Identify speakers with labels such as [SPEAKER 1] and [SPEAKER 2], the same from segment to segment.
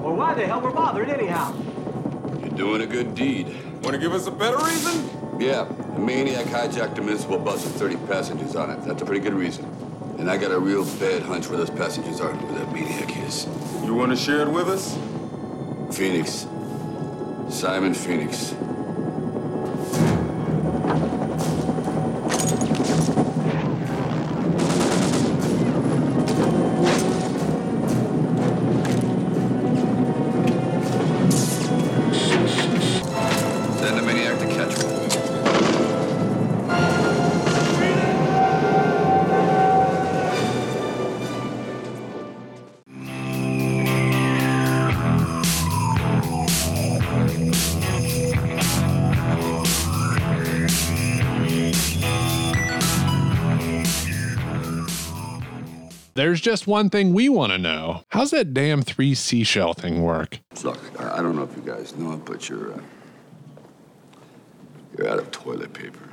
[SPEAKER 1] we're bothered anyhow.
[SPEAKER 2] You're doing a good deed.
[SPEAKER 3] Want to give us a better reason?
[SPEAKER 2] Yeah, a maniac hijacked a municipal bus with 30 passengers on it. That's a pretty good reason. And I got a real bad hunch where those passengers are and who that maniac is.
[SPEAKER 3] You want to share it with us?
[SPEAKER 2] Phoenix. Simon Phoenix. Send the maniac to catch me.
[SPEAKER 4] There's just one thing we want to know. How's that damn three seashell thing work?
[SPEAKER 2] Look, I I don't know if you guys know it, but you're uh, you're out of toilet paper.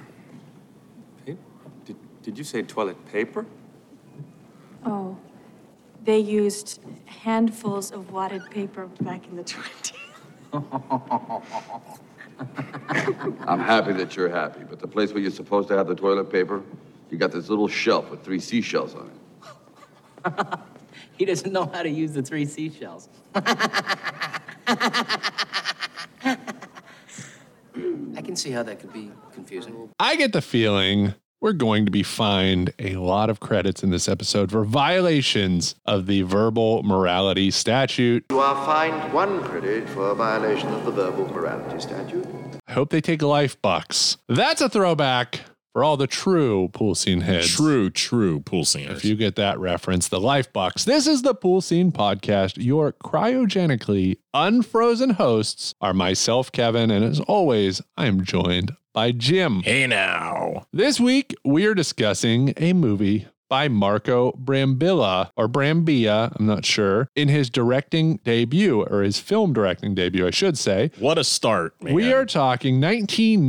[SPEAKER 3] Hey, did, did you say toilet paper?
[SPEAKER 5] Oh, they used handfuls of wadded paper back in the 20s.
[SPEAKER 2] I'm happy that you're happy, but the place where you're supposed to have the toilet paper, you got this little shelf with three seashells on it.
[SPEAKER 6] He doesn't know how to use the three seashells. I can see how that could be confusing.
[SPEAKER 4] I get the feeling we're going to be fined a lot of credits in this episode for violations of the verbal morality statute.
[SPEAKER 7] You are fined one credit for a violation of the verbal morality statute.
[SPEAKER 4] I hope they take life bucks. That's a throwback for all the true pool scene heads.
[SPEAKER 8] True, true pool singers.
[SPEAKER 4] If you get that reference, the life box. This is the Pool Scene Podcast. Your cryogenically unfrozen hosts are myself, Kevin, and as always, I am joined by Jim.
[SPEAKER 8] hey now.
[SPEAKER 4] This week, we are discussing a movie by Marco Brambilla or Brambilla, I'm not sure, in his directing debut or his film directing debut, I should say.
[SPEAKER 8] What a start, man.
[SPEAKER 4] We are talking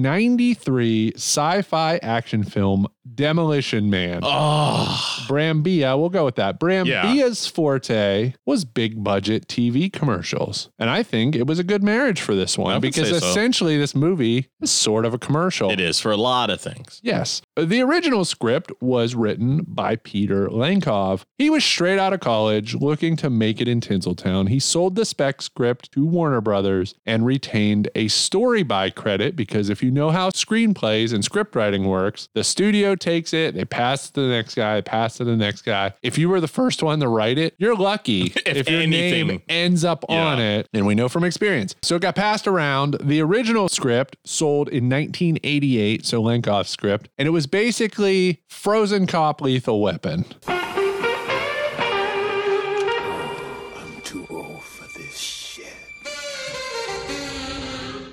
[SPEAKER 4] 1993 sci fi action film Demolition Man.
[SPEAKER 8] Oh,
[SPEAKER 4] Brambilla, we'll go with that. Brambilla's
[SPEAKER 8] Yeah.
[SPEAKER 4] forte was big budget TV commercials. And I think it was a good marriage for this one
[SPEAKER 8] would
[SPEAKER 4] because
[SPEAKER 8] say so.
[SPEAKER 4] essentially this movie is sort of a commercial.
[SPEAKER 8] it is for a lot of things.
[SPEAKER 4] Yes. The original script was written by Peter Lankov. He was straight out of college looking to make it in Tinseltown. He sold the spec script to Warner Brothers and retained a story by credit because if you know how screenplays and script writing works, the studio takes it, they pass it to the next guy, pass it to the next guy. If you were the first one to write it, you're lucky if, your
[SPEAKER 8] anything.
[SPEAKER 4] name ends up
[SPEAKER 8] Yeah.
[SPEAKER 4] on it. And we know from experience. So it got passed around. The original script sold in 1988, so Lankoff's script, and it was basically Frozen Cop Lethal Weapon.
[SPEAKER 2] I'm too old for this shit.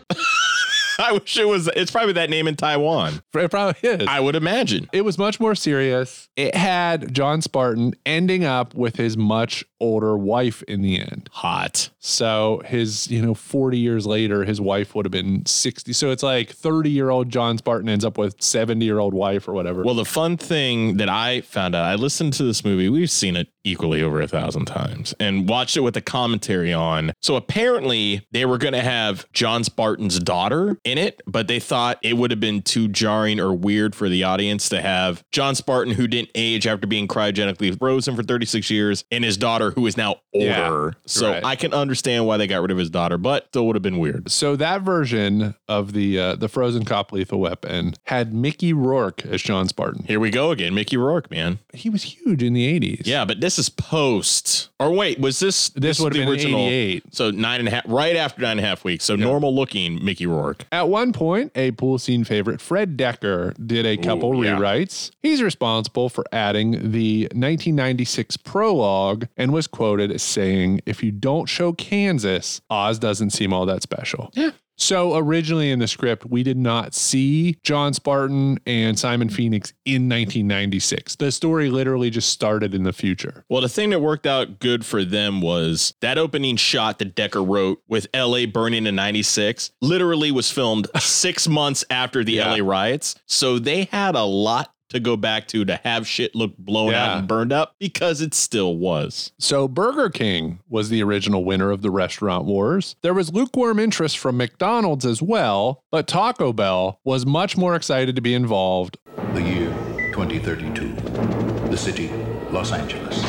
[SPEAKER 8] I wish it was. It's probably that name in Taiwan.
[SPEAKER 4] It probably is.
[SPEAKER 8] I would imagine.
[SPEAKER 4] it was much more serious. It had John Spartan ending up with his much older wife in the end.
[SPEAKER 8] Hot.
[SPEAKER 4] So his, you know, 40 years later, his wife would have been 60. So it's like 30 year old John Spartan ends up with 70 year old wife or whatever.
[SPEAKER 8] Well, the fun thing that I found out, I listened to this movie. We've seen it equally over a thousand times and watched it with a commentary on. So apparently, they were going to have John Spartan's daughter in it, but they thought it would have been too jarring or weird for the audience to have John Spartan, who didn't age after being cryogenically frozen for 36 years, and his daughter, who is now
[SPEAKER 4] Yeah,
[SPEAKER 8] older. so
[SPEAKER 4] right.
[SPEAKER 8] I can understand why they got rid of his daughter, but still would have been weird.
[SPEAKER 4] So that version of the uh, the Frozen Cop Lethal Weapon had Mickey Rourke as John Spartan.
[SPEAKER 8] Here we go again. Mickey Rourke, man.
[SPEAKER 4] He was huge in the 80s.
[SPEAKER 8] Yeah, but this is post. Or wait, was this
[SPEAKER 4] This
[SPEAKER 8] was
[SPEAKER 4] would've
[SPEAKER 8] the
[SPEAKER 4] been 88.
[SPEAKER 8] So nine and a half, right after nine and a half weeks. So normal looking Mickey Rourke.
[SPEAKER 4] At one point, a pool scene favorite, Fred Decker, did a couple
[SPEAKER 8] yeah.
[SPEAKER 4] rewrites. He's responsible for adding the 1996 prologue and was quoted as saying, If you don't show Kansas, Oz doesn't seem all that special. Yeah. So originally in the script, we did not see John Spartan and Simon Phoenix in 1996. The story literally just started in the future.
[SPEAKER 8] Well, the thing that worked out good for them was that opening shot that Decker wrote with LA burning in 96 literally was filmed six months after the LA riots. So they had a lot to go back to to have shit look blown
[SPEAKER 4] Yeah.
[SPEAKER 8] out and burned up because it still was.
[SPEAKER 4] So Burger King was the original winner of the restaurant wars. There was lukewarm interest from McDonald's as well, but Taco Bell was much more excited to be involved.
[SPEAKER 1] The year 2032. The city, Los Angeles.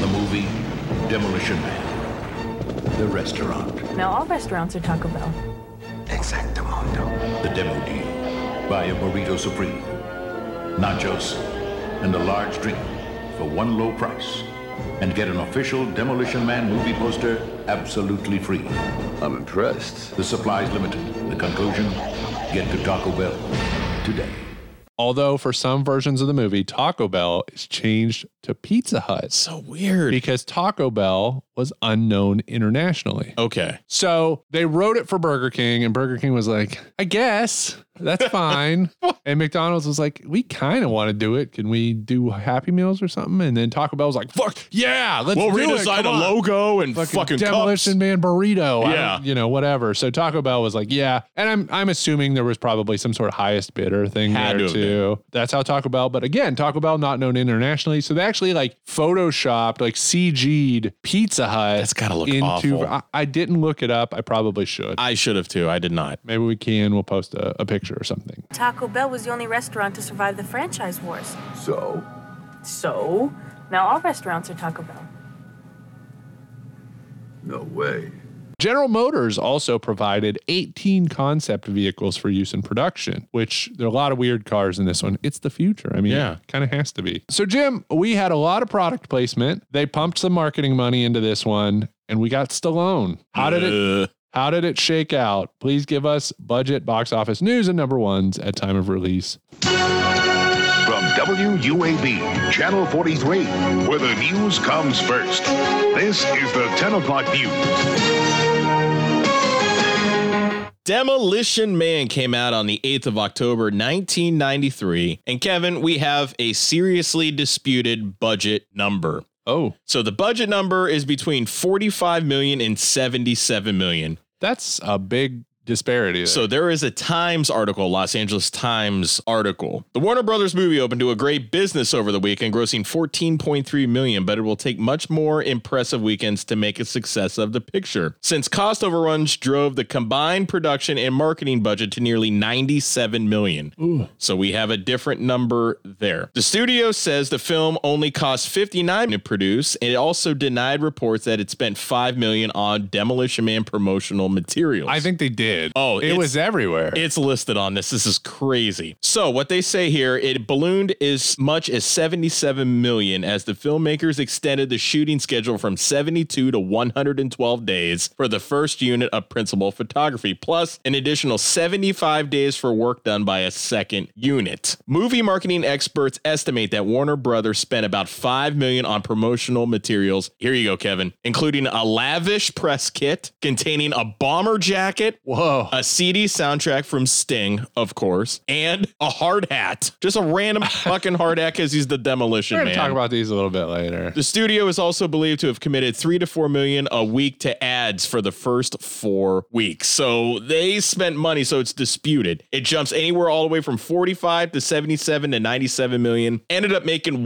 [SPEAKER 1] The movie, Demolition Man. The restaurant,
[SPEAKER 9] Now, all restaurants are Taco Bell.
[SPEAKER 1] the demo deal. Buy a burrito supreme, nachos, and a large drink for one low price. And get an official Demolition Man movie poster absolutely free.
[SPEAKER 2] I'm impressed.
[SPEAKER 1] The supplies limited. The conclusion get to Taco Bell today.
[SPEAKER 4] Although for some versions of the movie, Taco Bell is changed to Pizza Hut
[SPEAKER 8] So weird.
[SPEAKER 4] because Taco Bell was unknown internationally.
[SPEAKER 8] okay.
[SPEAKER 4] So they wrote it for Burger King, and Burger King was like, I guess that's fine. and McDonald's was like, We kind of want to do it. Can we do Happy Meals or something? And then Taco Bell was like, Fuck, yeah, let's
[SPEAKER 8] We'll
[SPEAKER 4] do
[SPEAKER 8] redesign
[SPEAKER 4] it. Come
[SPEAKER 8] the
[SPEAKER 4] on."
[SPEAKER 8] logo and
[SPEAKER 4] Fucking,
[SPEAKER 8] fucking,
[SPEAKER 4] demolition
[SPEAKER 8] cups.
[SPEAKER 4] man burrito, I
[SPEAKER 8] Yeah.
[SPEAKER 4] don't- you know whatever. So Taco Bell was like, yeah, and I'm I'm assuming there was probably some sort of highest bidder thing
[SPEAKER 8] Had to
[SPEAKER 4] there
[SPEAKER 8] have
[SPEAKER 4] too. That's how Taco Bell, but again, Taco Bell not known internationally, so they actually like photoshopped, like CG'd Pizza Hut.
[SPEAKER 8] That's gotta look
[SPEAKER 4] into.
[SPEAKER 8] awful.
[SPEAKER 4] I, I didn't look it up. I probably should.
[SPEAKER 8] I should have too. I did not.
[SPEAKER 4] Maybe we can. We'll post a, a picture or something.
[SPEAKER 9] Taco Bell was the only restaurant to survive the franchise wars.
[SPEAKER 2] So,
[SPEAKER 9] So, now all restaurants are Taco Bell.
[SPEAKER 2] no way.
[SPEAKER 4] General Motors also provided 18 concept vehicles for use in production, which there are a lot of weird cars in this one. It's the future. I mean,
[SPEAKER 8] Yeah.
[SPEAKER 4] kind of has to be. So, Jim, we had a lot of product placement. They pumped some marketing money into this one, and we got Stallone. How did it?
[SPEAKER 8] Uh,
[SPEAKER 4] How did it shake out? Please give us budget, box office news, and number ones at time of release.
[SPEAKER 1] From WUAB, Channel 43, where the news comes first. This is the 10 o'clock news.
[SPEAKER 8] Demolition Man came out on the 8th of October 1993. And Kevin, we have a seriously disputed budget number.
[SPEAKER 4] Oh,
[SPEAKER 8] So the budget number is between 45 million and 77 million.
[SPEAKER 4] that's a big disparity. There.
[SPEAKER 8] So there is a Times article, Los Angeles Times article. The Warner Brothers movie opened to a great business over the weekend, grossing 14.3 million, but it will take much more impressive weekends to make a success of the picture. Since cost overruns drove the combined production and marketing budget to nearly 97 million. So we have a different number there. The studio says the film only cost 59 million to produce, and it also denied reports that it spent 5 million on Demolition Man promotional materials.
[SPEAKER 4] I think they did.
[SPEAKER 8] Oh,
[SPEAKER 4] it
[SPEAKER 8] it's-
[SPEAKER 4] was everywhere.
[SPEAKER 8] It's listed on this. This is crazy. So what they say here, it ballooned as much as 77 million as the filmmakers extended the shooting schedule from 72 to 112 days for the first unit of principal photography, plus an additional 75 days for work done by a second unit. Movie marketing experts estimate that Warner Brothers spent about 5 million on promotional materials. Here you go, Kevin, including a lavish press kit containing a bomber jacket,
[SPEAKER 4] Whoa.
[SPEAKER 8] a CD soundtrack from Sting, of course, and a hard hat. Just a random fucking hard hat because he's the demolition
[SPEAKER 4] We're going
[SPEAKER 8] man.
[SPEAKER 4] to talk about these a little bit later.
[SPEAKER 8] the studio is also believed to have committed three to four million a week to ads for the first four weeks. So they spent money, so it's disputed. It jumps anywhere all the way from 45 to 77 to 97 million. Ended up making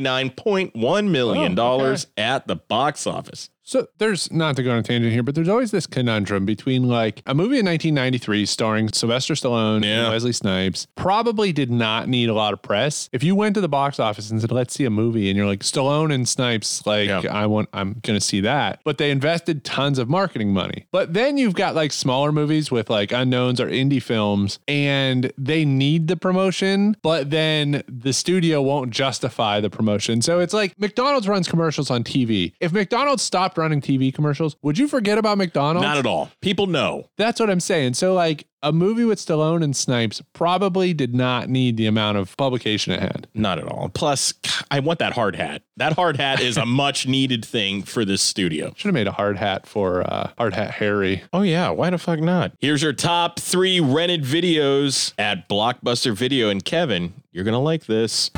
[SPEAKER 8] 159.1
[SPEAKER 4] Oh,
[SPEAKER 8] million dollars at the box office.
[SPEAKER 4] So there's not to go on a tangent here, but there's always this conundrum between like a movie in 1993 starring Sylvester Stallone
[SPEAKER 8] Yeah.
[SPEAKER 4] and Wesley Snipes probably did not need a lot of press. If you went to the box office and said, "Let's see a movie," and you're like Stallone and Snipes, like
[SPEAKER 8] Yeah.
[SPEAKER 4] I want, I'm gonna see that. But they invested tons of marketing money. But then you've got like smaller movies with like unknowns or indie films, and they need the promotion, but then the studio won't justify the promotion. So it's like McDonald's runs commercials on TV. If McDonald's stopped running TV commercials, would you forget about McDonald's?
[SPEAKER 8] Not at all. People know.
[SPEAKER 4] That's what I'm saying. So like a movie with Stallone and Snipes probably did not need the amount of publication it had.
[SPEAKER 8] Not at all. Plus, I want that hard hat. That hard hat is a much needed thing for this studio.
[SPEAKER 4] Should have made a hard hat for uh, hard hat Harry.
[SPEAKER 8] Oh, yeah. Why the fuck not? Here's your top three rented videos at Blockbuster Video. And Kevin, you're going to like this.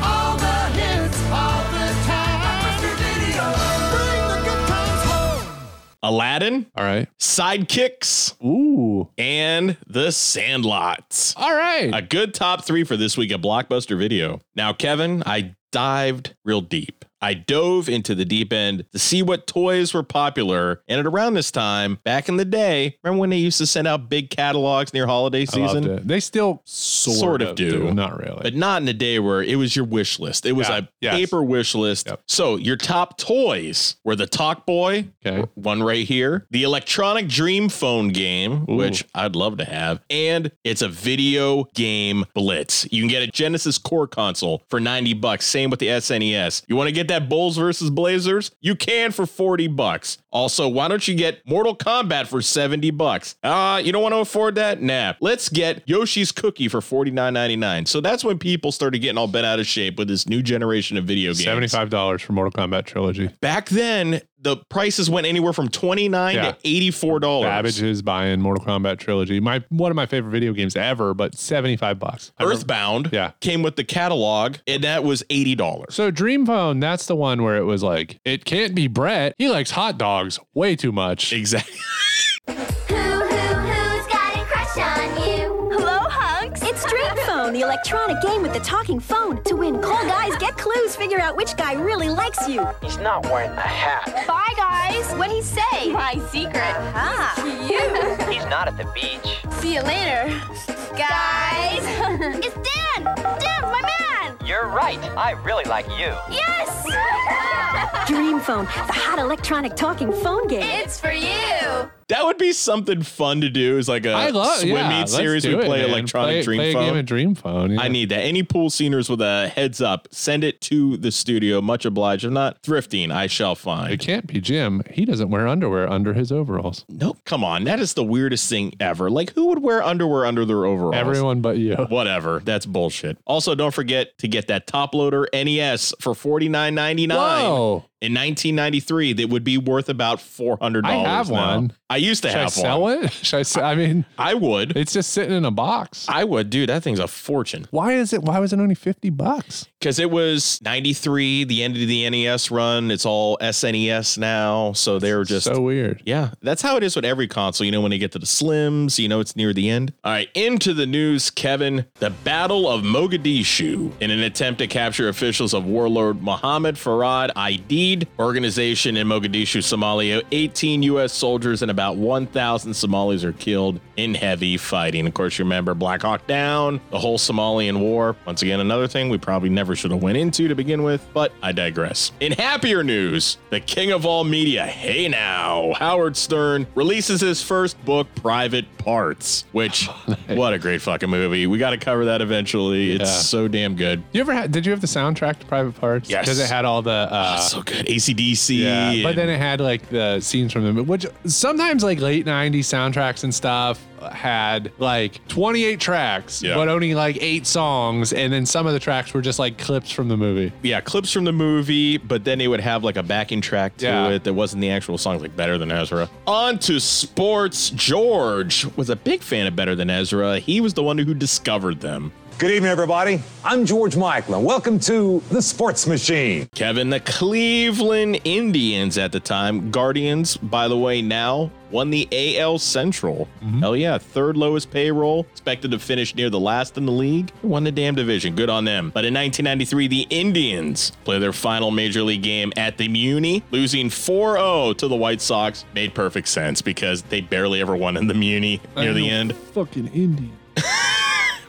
[SPEAKER 8] Aladdin,
[SPEAKER 4] All right.
[SPEAKER 8] Sidekicks,
[SPEAKER 4] Ooh.
[SPEAKER 8] and The Sandlot.
[SPEAKER 4] All right.
[SPEAKER 8] A good top three for this week at Blockbuster Video. Now, Kevin, I dived real deep. I dove into the deep end to see what toys were popular. And at around this time, back in the day, remember when they used to send out big catalogs near holiday
[SPEAKER 4] I loved
[SPEAKER 8] season?
[SPEAKER 4] it. They still sort,
[SPEAKER 8] Sort of do.
[SPEAKER 4] Not really.
[SPEAKER 8] But not in a day where it was your wish list. It was
[SPEAKER 4] Yeah.
[SPEAKER 8] a
[SPEAKER 4] Yes.
[SPEAKER 8] paper wish list.
[SPEAKER 4] Yep.
[SPEAKER 8] So your top toys were the Talk Boy,
[SPEAKER 4] Okay.
[SPEAKER 8] one right here, the electronic dream phone game, which I'd love to have, and it's a video game blitz. You can get a Genesis Core console for 90 bucks. Same with the SNES. You want to get that Bulls versus Blazers? You can for 40 bucks. Also, why don't you get Mortal Kombat for 70 bucks? Ah, you don't want to afford that? Nah. Let's get Yoshi's Cookie for 49.99. So that's when people started getting all bent out of shape with this new generation of video games
[SPEAKER 4] $75 for Mortal Kombat Trilogy.
[SPEAKER 8] back then the prices went anywhere from 29
[SPEAKER 4] Yeah.
[SPEAKER 8] to 84 dollars
[SPEAKER 4] Savage is buying Mortal Kombat Trilogy. My One of my favorite video games ever, but 75 bucks. I remember-
[SPEAKER 8] earthbound
[SPEAKER 4] Yeah.
[SPEAKER 8] came with the catalog and that was 80 dollars
[SPEAKER 4] So Dream Phone, that's the one where it was like, it can't be Brett. He likes hot dogs way too much.
[SPEAKER 8] exactly
[SPEAKER 10] Who, who, who's got a crush on you?
[SPEAKER 9] Hello, hunks.
[SPEAKER 10] It's Dream Phone, the electronic game with the talking phone. To win, call guys, get clues, figure out which guy really likes you.
[SPEAKER 6] He's not wearing a hat.
[SPEAKER 10] Bye, guys. What'd he say? My secret. Ah,
[SPEAKER 6] He's not at the beach.
[SPEAKER 10] see you later. Guys. it's Dan. Dan, my man.
[SPEAKER 6] You're right. I really like you.
[SPEAKER 10] Yes.
[SPEAKER 9] Dream phone, the hot electronic talking phone game.
[SPEAKER 10] it's for you.
[SPEAKER 8] that would be something fun to do is like a
[SPEAKER 4] I love
[SPEAKER 8] swim
[SPEAKER 4] yeah,
[SPEAKER 8] meet
[SPEAKER 4] let's
[SPEAKER 8] series we
[SPEAKER 4] do it,
[SPEAKER 8] play
[SPEAKER 4] man.
[SPEAKER 8] electronic
[SPEAKER 4] Play-
[SPEAKER 8] dream
[SPEAKER 4] play
[SPEAKER 8] phone
[SPEAKER 4] A game of Dream Phone. yeah.
[SPEAKER 8] I need that. Any pool sceners with a heads up, send it to the studio. Much obliged. If not, thrifting, I shall
[SPEAKER 4] It
[SPEAKER 8] find.
[SPEAKER 4] can't be Jim. He doesn't wear underwear under his overalls.
[SPEAKER 8] Nope. Come on. That is the weirdest thing ever. Like, who would wear underwear under their overalls?
[SPEAKER 4] Everyone but you.
[SPEAKER 8] Whatever. That's bullshit. Also, don't forget to get that top loader NES for forty nine ninety nine
[SPEAKER 4] Whoa.
[SPEAKER 8] in nineteen ninety three. That would be worth about four hundred dollars.
[SPEAKER 4] I have one.
[SPEAKER 8] I used to
[SPEAKER 4] Should I
[SPEAKER 8] have
[SPEAKER 4] sell
[SPEAKER 8] one.
[SPEAKER 4] it? Should I sell? I mean,
[SPEAKER 8] I would.
[SPEAKER 4] it's just sitting in a box.
[SPEAKER 8] I would, dude. That thing's a fortune.
[SPEAKER 4] Why is it? Why was it only fifty bucks?
[SPEAKER 8] Because it was ninety three, the end of the NES run. It's all SNES now, so they're just
[SPEAKER 4] so weird.
[SPEAKER 8] Yeah, that's how it is with every console. You know, when they get to the slims, you know it's near the end. All right, into the news, Kevin. The Battle of Mogadishu, in an attempt to capture officials of warlord Mohammed Farad Aidid organization in Mogadishu, Somalia, 18 U.S. soldiers and about 1,000 Somalis are killed in heavy fighting. Of course, you remember Black Hawk Down, the whole Somalian war. Once again, another thing we probably never should have went into to begin with, but I digress. In happier news, the king of all media, hey now, Howard Stern releases his first book, Private Parts, which
[SPEAKER 4] Oh,
[SPEAKER 8] what a great fucking movie. We got to cover that eventually. It's
[SPEAKER 4] Yeah.
[SPEAKER 8] so damn good.
[SPEAKER 4] You ever had? Did you have the soundtrack to Private Parts?
[SPEAKER 8] Yes.
[SPEAKER 4] because it had all the. Uh,
[SPEAKER 8] so good. ACDC.
[SPEAKER 4] yeah, but
[SPEAKER 8] and-
[SPEAKER 4] then it had like the scenes from the movie, which sometimes like late '90s soundtracks and stuff had like 28 tracks,
[SPEAKER 8] Yeah.
[SPEAKER 4] but only like eight songs, and then some of the tracks were just like clips from the movie.
[SPEAKER 8] yeah, clips from the movie, but then it would have like a backing track to
[SPEAKER 4] Yeah.
[SPEAKER 8] it that wasn't the actual songs, like Better Than Ezra. On to sports. George was a big fan of Better Than Ezra. He was the one who discovered them.
[SPEAKER 11] Good evening, everybody. I'm George Michael, and welcome to The Sports Machine.
[SPEAKER 8] Kevin, the Cleveland Indians at the time, Guardians, by the way, now won the AL Central. Hell yeah, third lowest payroll, expected to finish near the last in the league. Won the damn division. Good on them. But in 1993, the Indians play their final major league game at the Muni, losing 4 0 to the White Sox. Made perfect sense because they barely ever won in the Muni near the end.
[SPEAKER 4] Fucking indie.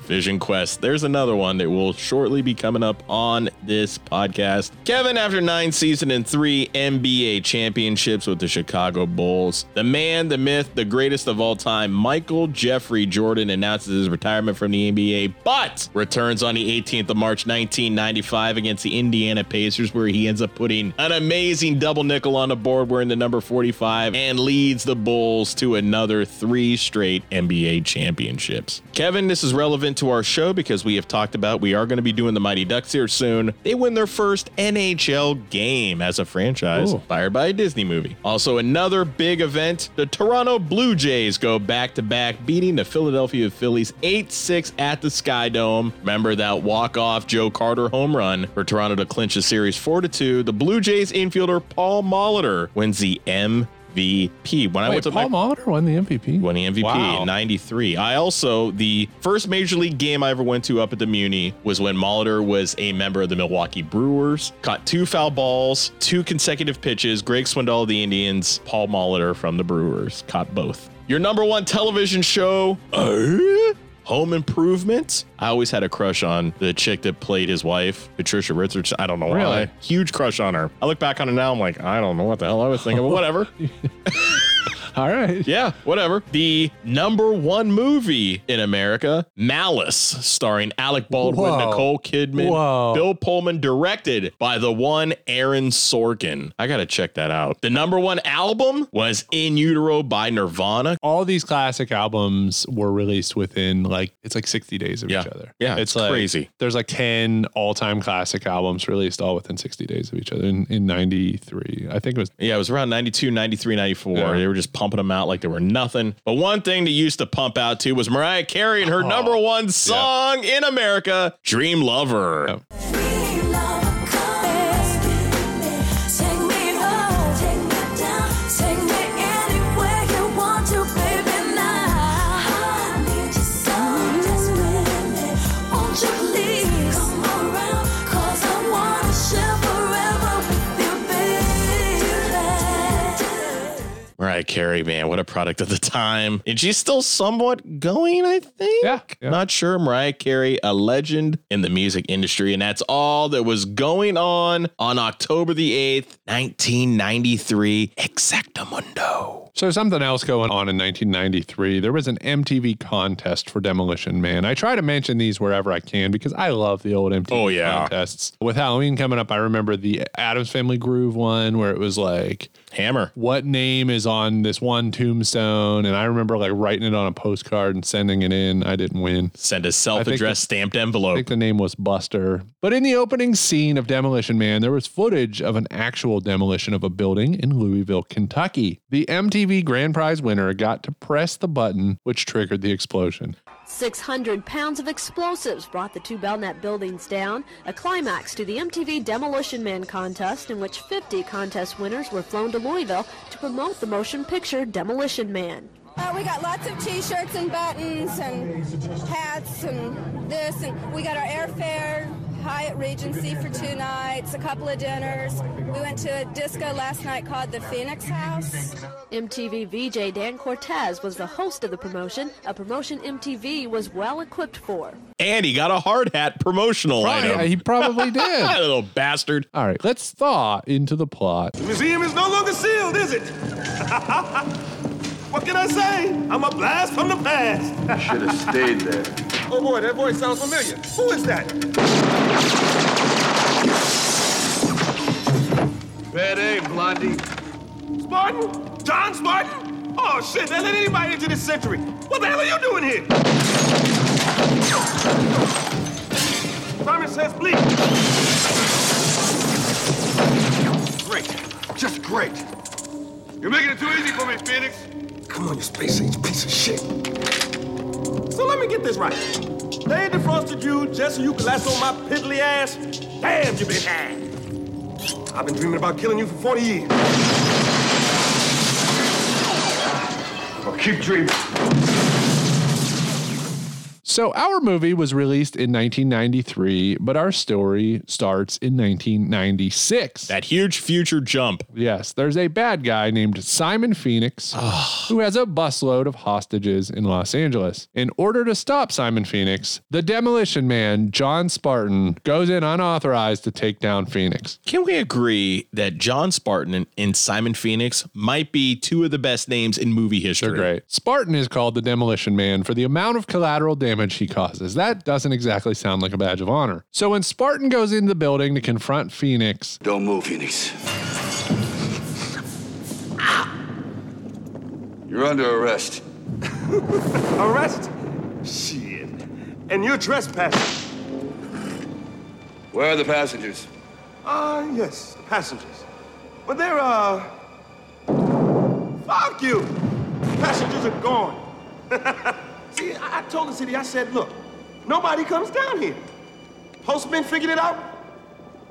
[SPEAKER 8] Vision Quest. There's another one that will shortly be coming up on this podcast. Kevin, after nine season and three NBA championships with the Chicago Bulls, the man, the myth, the greatest of all time, Michael Jeffrey Jordan announces his retirement from the NBA, but returns on the 18th of March 1995 against the Indiana Pacers, where he ends up putting an amazing double nickel on the board wearing the number 45 and leads the Bulls to another three straight NBA championships. Kevin, this is relevant to our show because we have talked about we are going to be doing the Mighty Ducks here soon. They win their first NHL game as a franchise,
[SPEAKER 4] Ooh.
[SPEAKER 8] fired by a Disney movie. Also, another big event the Toronto Blue Jays go back to back, beating the Philadelphia Phillies 8 6 at the Sky Dome. Remember that walk off Joe Carter home run for Toronto to clinch the series 4 2. The Blue Jays infielder Paul Molitor wins the M. MVP. When I
[SPEAKER 4] Wait,
[SPEAKER 8] went to
[SPEAKER 4] Paul Molitor won the MVP.
[SPEAKER 8] Won the
[SPEAKER 4] Mm-hmm.
[SPEAKER 8] MVP
[SPEAKER 4] Wow.
[SPEAKER 8] in 93. I also, the first major league game I ever went to up at the Muni was when Molitor was a member of the Milwaukee Brewers, caught two foul balls, two consecutive pitches. Greg Swindell of the Indians, Paul Molitor from the Brewers, caught both. Your number one television show, uh, Home Improvement. I always had a crush on the chick that played his wife, Patricia Richardson. I don't know
[SPEAKER 4] Really?
[SPEAKER 8] why. Huge crush on her. I look back on it now, I'm like, I don't know what the hell I was thinking, but whatever.
[SPEAKER 4] All right.
[SPEAKER 8] Yeah, whatever. The number one movie in America, Malice, starring Alec Baldwin,
[SPEAKER 4] Whoa.
[SPEAKER 8] Nicole Kidman,
[SPEAKER 4] Whoa.
[SPEAKER 8] Bill Pullman, directed by the one Aaron Sorkin. I gotta check that out. The number one album was In Utero by Nirvana.
[SPEAKER 4] All these classic albums were released within like it's like 60 days of
[SPEAKER 8] Yeah.
[SPEAKER 4] each other.
[SPEAKER 8] Yeah, it's
[SPEAKER 4] like,
[SPEAKER 8] crazy.
[SPEAKER 4] There's like 10 all-time classic albums released all within 60 days of each other in, in 93. I think it was
[SPEAKER 8] Yeah, it was around 92, 93, 94.
[SPEAKER 4] Yeah.
[SPEAKER 8] They were just pumping them out like they were nothing. But one thing they used to pump out to was Mariah Carey and her
[SPEAKER 4] Oh.
[SPEAKER 8] number one song in America, Dream Lover. Mariah Carey, man, what a product of the time. And she's still somewhat going, I think.
[SPEAKER 4] Yeah, yeah.
[SPEAKER 8] Not sure. Mariah Carey, a legend in the music industry. And that's all that was going on on October the 8th, 1993. Exactamundo.
[SPEAKER 4] So there's something else going on in 1993. There was an MTV contest for Demolition Man. I try to mention these wherever I can because I love the old MTV
[SPEAKER 8] Oh, yeah.
[SPEAKER 4] contests. With Halloween coming up, I remember the Adams Family Groove one where it was like
[SPEAKER 8] Hammer.
[SPEAKER 4] what name is on this one tombstone and I remember like writing it on a postcard and sending it in. I didn't win.
[SPEAKER 8] Send a self addressed stamped
[SPEAKER 4] I
[SPEAKER 8] envelope.
[SPEAKER 4] think the name was Buster. But in the opening scene of Demolition Man, there was footage of an actual demolition of a building in Louisville, Kentucky. The MTV Grand Prize winner got to press the button, which triggered the explosion.
[SPEAKER 10] 600 pounds of explosives brought the two Belknap buildings down, a climax to the MTV Demolition Man contest in which 50 contest winners were flown to Louisville to promote the motion picture Demolition Man.
[SPEAKER 12] Uh, we got lots of t-shirts and buttons and hats and this and we got our airfare Hyatt Regency for two nights, a couple of dinners. We went to a disco last night called the Phoenix House.
[SPEAKER 10] MTV VJ Dan Cortez was the host of the promotion, a promotion MTV was well equipped for.
[SPEAKER 8] And he got a hard hat promotional
[SPEAKER 4] Right,
[SPEAKER 8] item.
[SPEAKER 4] he probably did.
[SPEAKER 8] Little bastard.
[SPEAKER 4] All right, let's thaw into the plot.
[SPEAKER 13] Museum is no longer sealed, is it? what can I say? I'm a blast from the past.
[SPEAKER 7] Should have stayed there.
[SPEAKER 13] Oh boy, that voice sounds familiar. Who is that? Bad A, Blondie. Spartan? John Spartan? Oh shit, they let anybody into this century. What the hell are you doing here? Simon says bleed. Great. Just great. You're making it too easy for me, Phoenix. Come on, you space age piece of shit. So let me get this right. They defrosted you just so you could lasso my piddly ass? Damn, you big ass. I've been dreaming about killing you for 40 years. Well, keep dreaming.
[SPEAKER 4] So, our movie was released in 1993, but our story starts in 1996.
[SPEAKER 8] That huge future jump.
[SPEAKER 4] Yes, there's a bad guy named Simon Phoenix who has a busload of hostages in Los Angeles. In order to stop Simon Phoenix, the demolition man, John Spartan, goes in unauthorized to take down Phoenix.
[SPEAKER 8] Can we agree that John Spartan and, and Simon Phoenix might be two of the best names in movie history?
[SPEAKER 4] They're great. Spartan is called the demolition man for the amount of collateral damage he causes. That doesn't exactly sound like a badge of honor. So when Spartan goes into the building to confront Phoenix,
[SPEAKER 2] Don't move, Phoenix. Ah! You're under arrest.
[SPEAKER 13] Arrest? Shit. And you're trespassing.
[SPEAKER 2] Where are the passengers?
[SPEAKER 13] Ah, yes, the passengers. But they're, uh. Fuck you! Passengers are gone. See, I I told the city, I said, look, nobody comes down here. Postmen figured it out,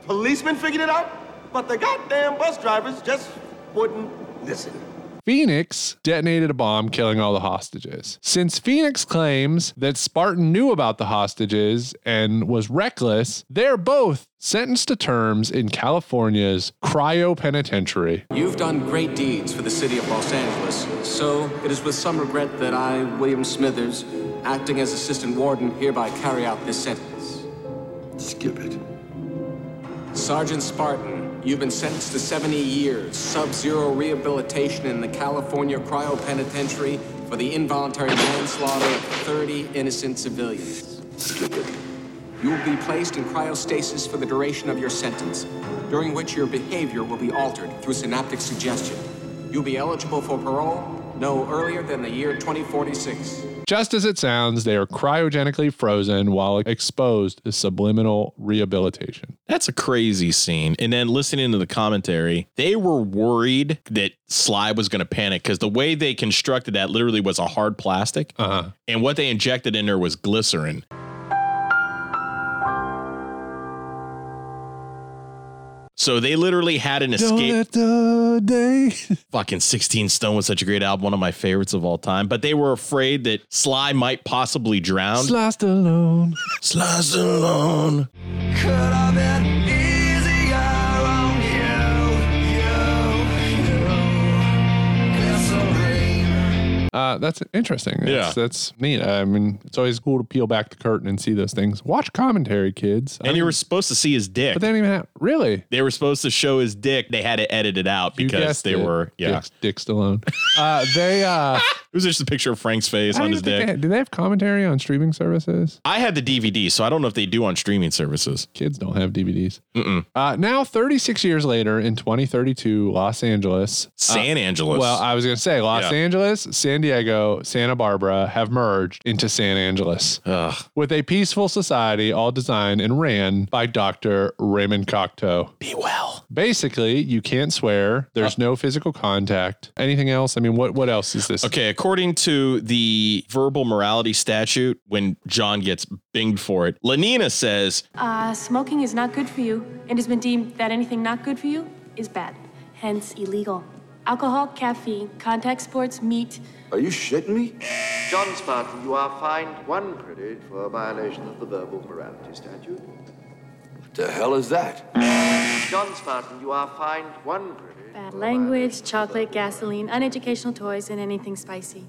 [SPEAKER 13] policemen figured it out, but the goddamn bus drivers just wouldn't listen.
[SPEAKER 4] Phoenix detonated a bomb, killing all the hostages. Since Phoenix claims that Spartan knew about the hostages and was reckless, they're both sentenced to terms in California's cryo penitentiary.
[SPEAKER 14] You've done great deeds for the city of Los Angeles, so it is with some regret that I, William Smithers, acting as assistant warden, hereby carry out this sentence. Skip it. Sergeant Spartan, you've been sentenced to 70 years sub zero rehabilitation in the California Cryo Penitentiary for the involuntary manslaughter of 30 innocent civilians. Skip it. You will be placed in cryostasis for the duration of your sentence, during which your behavior will be altered through synaptic suggestion. You'll be eligible for parole no earlier than the year 2046.
[SPEAKER 4] Just as it sounds, they are cryogenically frozen while exposed to subliminal rehabilitation.
[SPEAKER 8] That's a crazy scene. And then listening to the commentary, they were worried that Sly was going to panic because the way they constructed that literally was a hard plastic. Uh-huh. And what they injected in there was glycerin. So they literally had an escape. Fucking 16 Stone was such a great album, one of my favorites of all time. But they were afraid that Sly might possibly drown.
[SPEAKER 4] Sliced alone.
[SPEAKER 8] Sliced alone.
[SPEAKER 4] Uh, that's interesting. That's,
[SPEAKER 8] Yeah.
[SPEAKER 4] that's neat. I mean, it's always cool to peel back the curtain and see those things. Watch commentary, kids. I
[SPEAKER 8] And you
[SPEAKER 4] don't-
[SPEAKER 8] were supposed to see his dick.
[SPEAKER 4] but they don't even have really.
[SPEAKER 8] They were supposed to show his dick. They had it edited out
[SPEAKER 4] You
[SPEAKER 8] because
[SPEAKER 4] guessed
[SPEAKER 8] they
[SPEAKER 4] it.
[SPEAKER 8] were yeah.
[SPEAKER 4] Dick, Dick Stallone. Uh, they uh,
[SPEAKER 8] It was just a picture of Frank's face
[SPEAKER 4] I
[SPEAKER 8] on
[SPEAKER 4] don't
[SPEAKER 8] his
[SPEAKER 4] think
[SPEAKER 8] dick.
[SPEAKER 4] they- do they have commentary on streaming services?
[SPEAKER 8] I had the DVD, so I don't know if they do on streaming services.
[SPEAKER 4] Kids don't have DVDs. Uh, now, 36 years later, in 2032, Los Angeles,
[SPEAKER 8] San
[SPEAKER 4] uh,
[SPEAKER 8] Angeles.
[SPEAKER 4] Well, I was going to say Los
[SPEAKER 8] Yeah.
[SPEAKER 4] Angeles, San Diego, Santa Barbara have merged into San Angeles with a peaceful society, all designed and ran by Dr. Raymond Cocteau.
[SPEAKER 8] Be well. Uh.
[SPEAKER 4] Basically, you can't swear. There's no physical contact. Anything else? I mean, what what else is this?
[SPEAKER 8] Okay, according to the verbal morality statute, when John gets binged for it, Lenina says,
[SPEAKER 5] Uh, smoking is not good for you and has been deemed that anything not good for you is bad, hence illegal. Alcohol, caffeine, contact sports, meat.
[SPEAKER 7] Are you shitting me? John Spartan, you are fined one credit for a violation of the verbal morality statute.
[SPEAKER 2] What the hell is that?
[SPEAKER 7] John Spartan, you are fined one credit.
[SPEAKER 5] Bad language, chocolate, gasoline, uneducational toys, and anything spicy.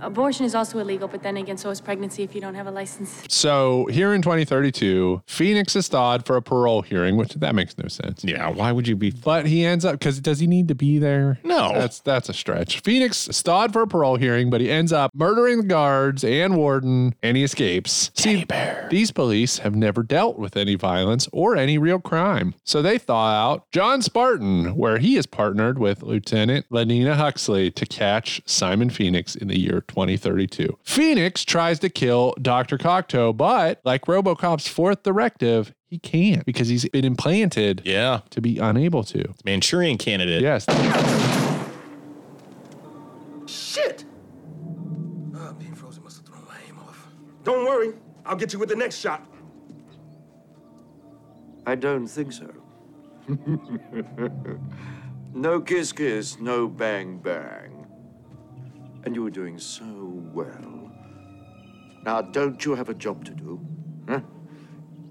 [SPEAKER 5] Abortion is also illegal, but then again, so is pregnancy if you don't have a license.
[SPEAKER 4] So here in 2032, Phoenix is thawed for a parole hearing, which that makes no sense.
[SPEAKER 8] Yeah, why would you be?
[SPEAKER 4] But he ends up because does he need to be there?
[SPEAKER 8] No.
[SPEAKER 4] that's that's a stretch. Phoenix is thawed for a parole hearing, but he ends up murdering the guards and warden, and he escapes. See, these police have never dealt with any violence or any real crime, so they thaw out John Spartan, where he is partnered with Lieutenant Lenina Huxley to catch Simon Phoenix in the year 2032. Phoenix tries to kill Dr. Cocteau, but like RoboCop's fourth directive. He can't because he's been implanted
[SPEAKER 8] yeah,
[SPEAKER 4] to be unable to.
[SPEAKER 8] Manchurian candidate.
[SPEAKER 4] Yes.
[SPEAKER 13] Shit! Ah, being frozen must have thrown my aim off. Don't worry, I'll get you with the next shot.
[SPEAKER 7] I don't think so. no kiss kiss, no bang bang. And you were doing so well. Now, don't you have a job to do? Huh?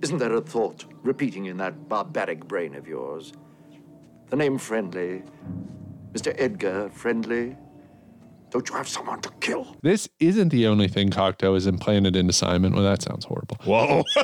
[SPEAKER 7] Isn't there a thought repeating in that barbaric brain of yours? The name Friendly, Mr. Edgar Friendly. Don't you have someone to kill?
[SPEAKER 4] This isn't the only thing Cocteau is implanted into Simon. Well, that sounds horrible.
[SPEAKER 8] Whoa.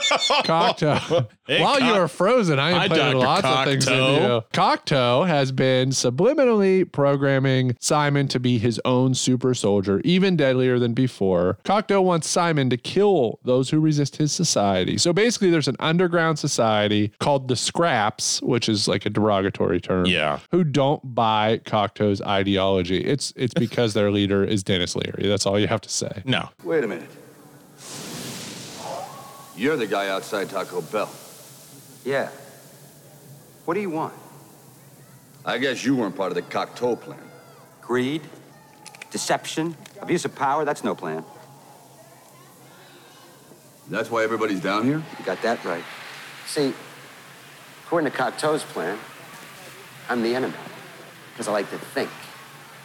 [SPEAKER 4] Cocteau.
[SPEAKER 8] Hey,
[SPEAKER 4] While you
[SPEAKER 8] Coc-
[SPEAKER 4] were frozen, I
[SPEAKER 8] Hi,
[SPEAKER 4] implanted
[SPEAKER 8] Dr.
[SPEAKER 4] lots of things in you.
[SPEAKER 8] Cocteau.
[SPEAKER 4] Cocteau has been subliminally programming Simon to be his own super soldier, even deadlier than before. Cocteau wants Simon to kill those who resist his society. So basically, there's an underground society called the Scraps, which is like a derogatory term.
[SPEAKER 8] Yeah.
[SPEAKER 4] Who don't buy Cocteau's ideology. It's it's because their leader is Dennis Leary. That's all you have to say.
[SPEAKER 8] No.
[SPEAKER 2] Wait a minute. You're the guy outside Taco Bell.
[SPEAKER 15] Yeah. What do you want?
[SPEAKER 2] I guess you weren't part of the cocktail plan.
[SPEAKER 15] Greed? Deception? Abuse of power? That's no plan.
[SPEAKER 2] That's why everybody's down here?
[SPEAKER 15] You got that right. See, according to Cocteau's plan, I'm the enemy. Because I like to think.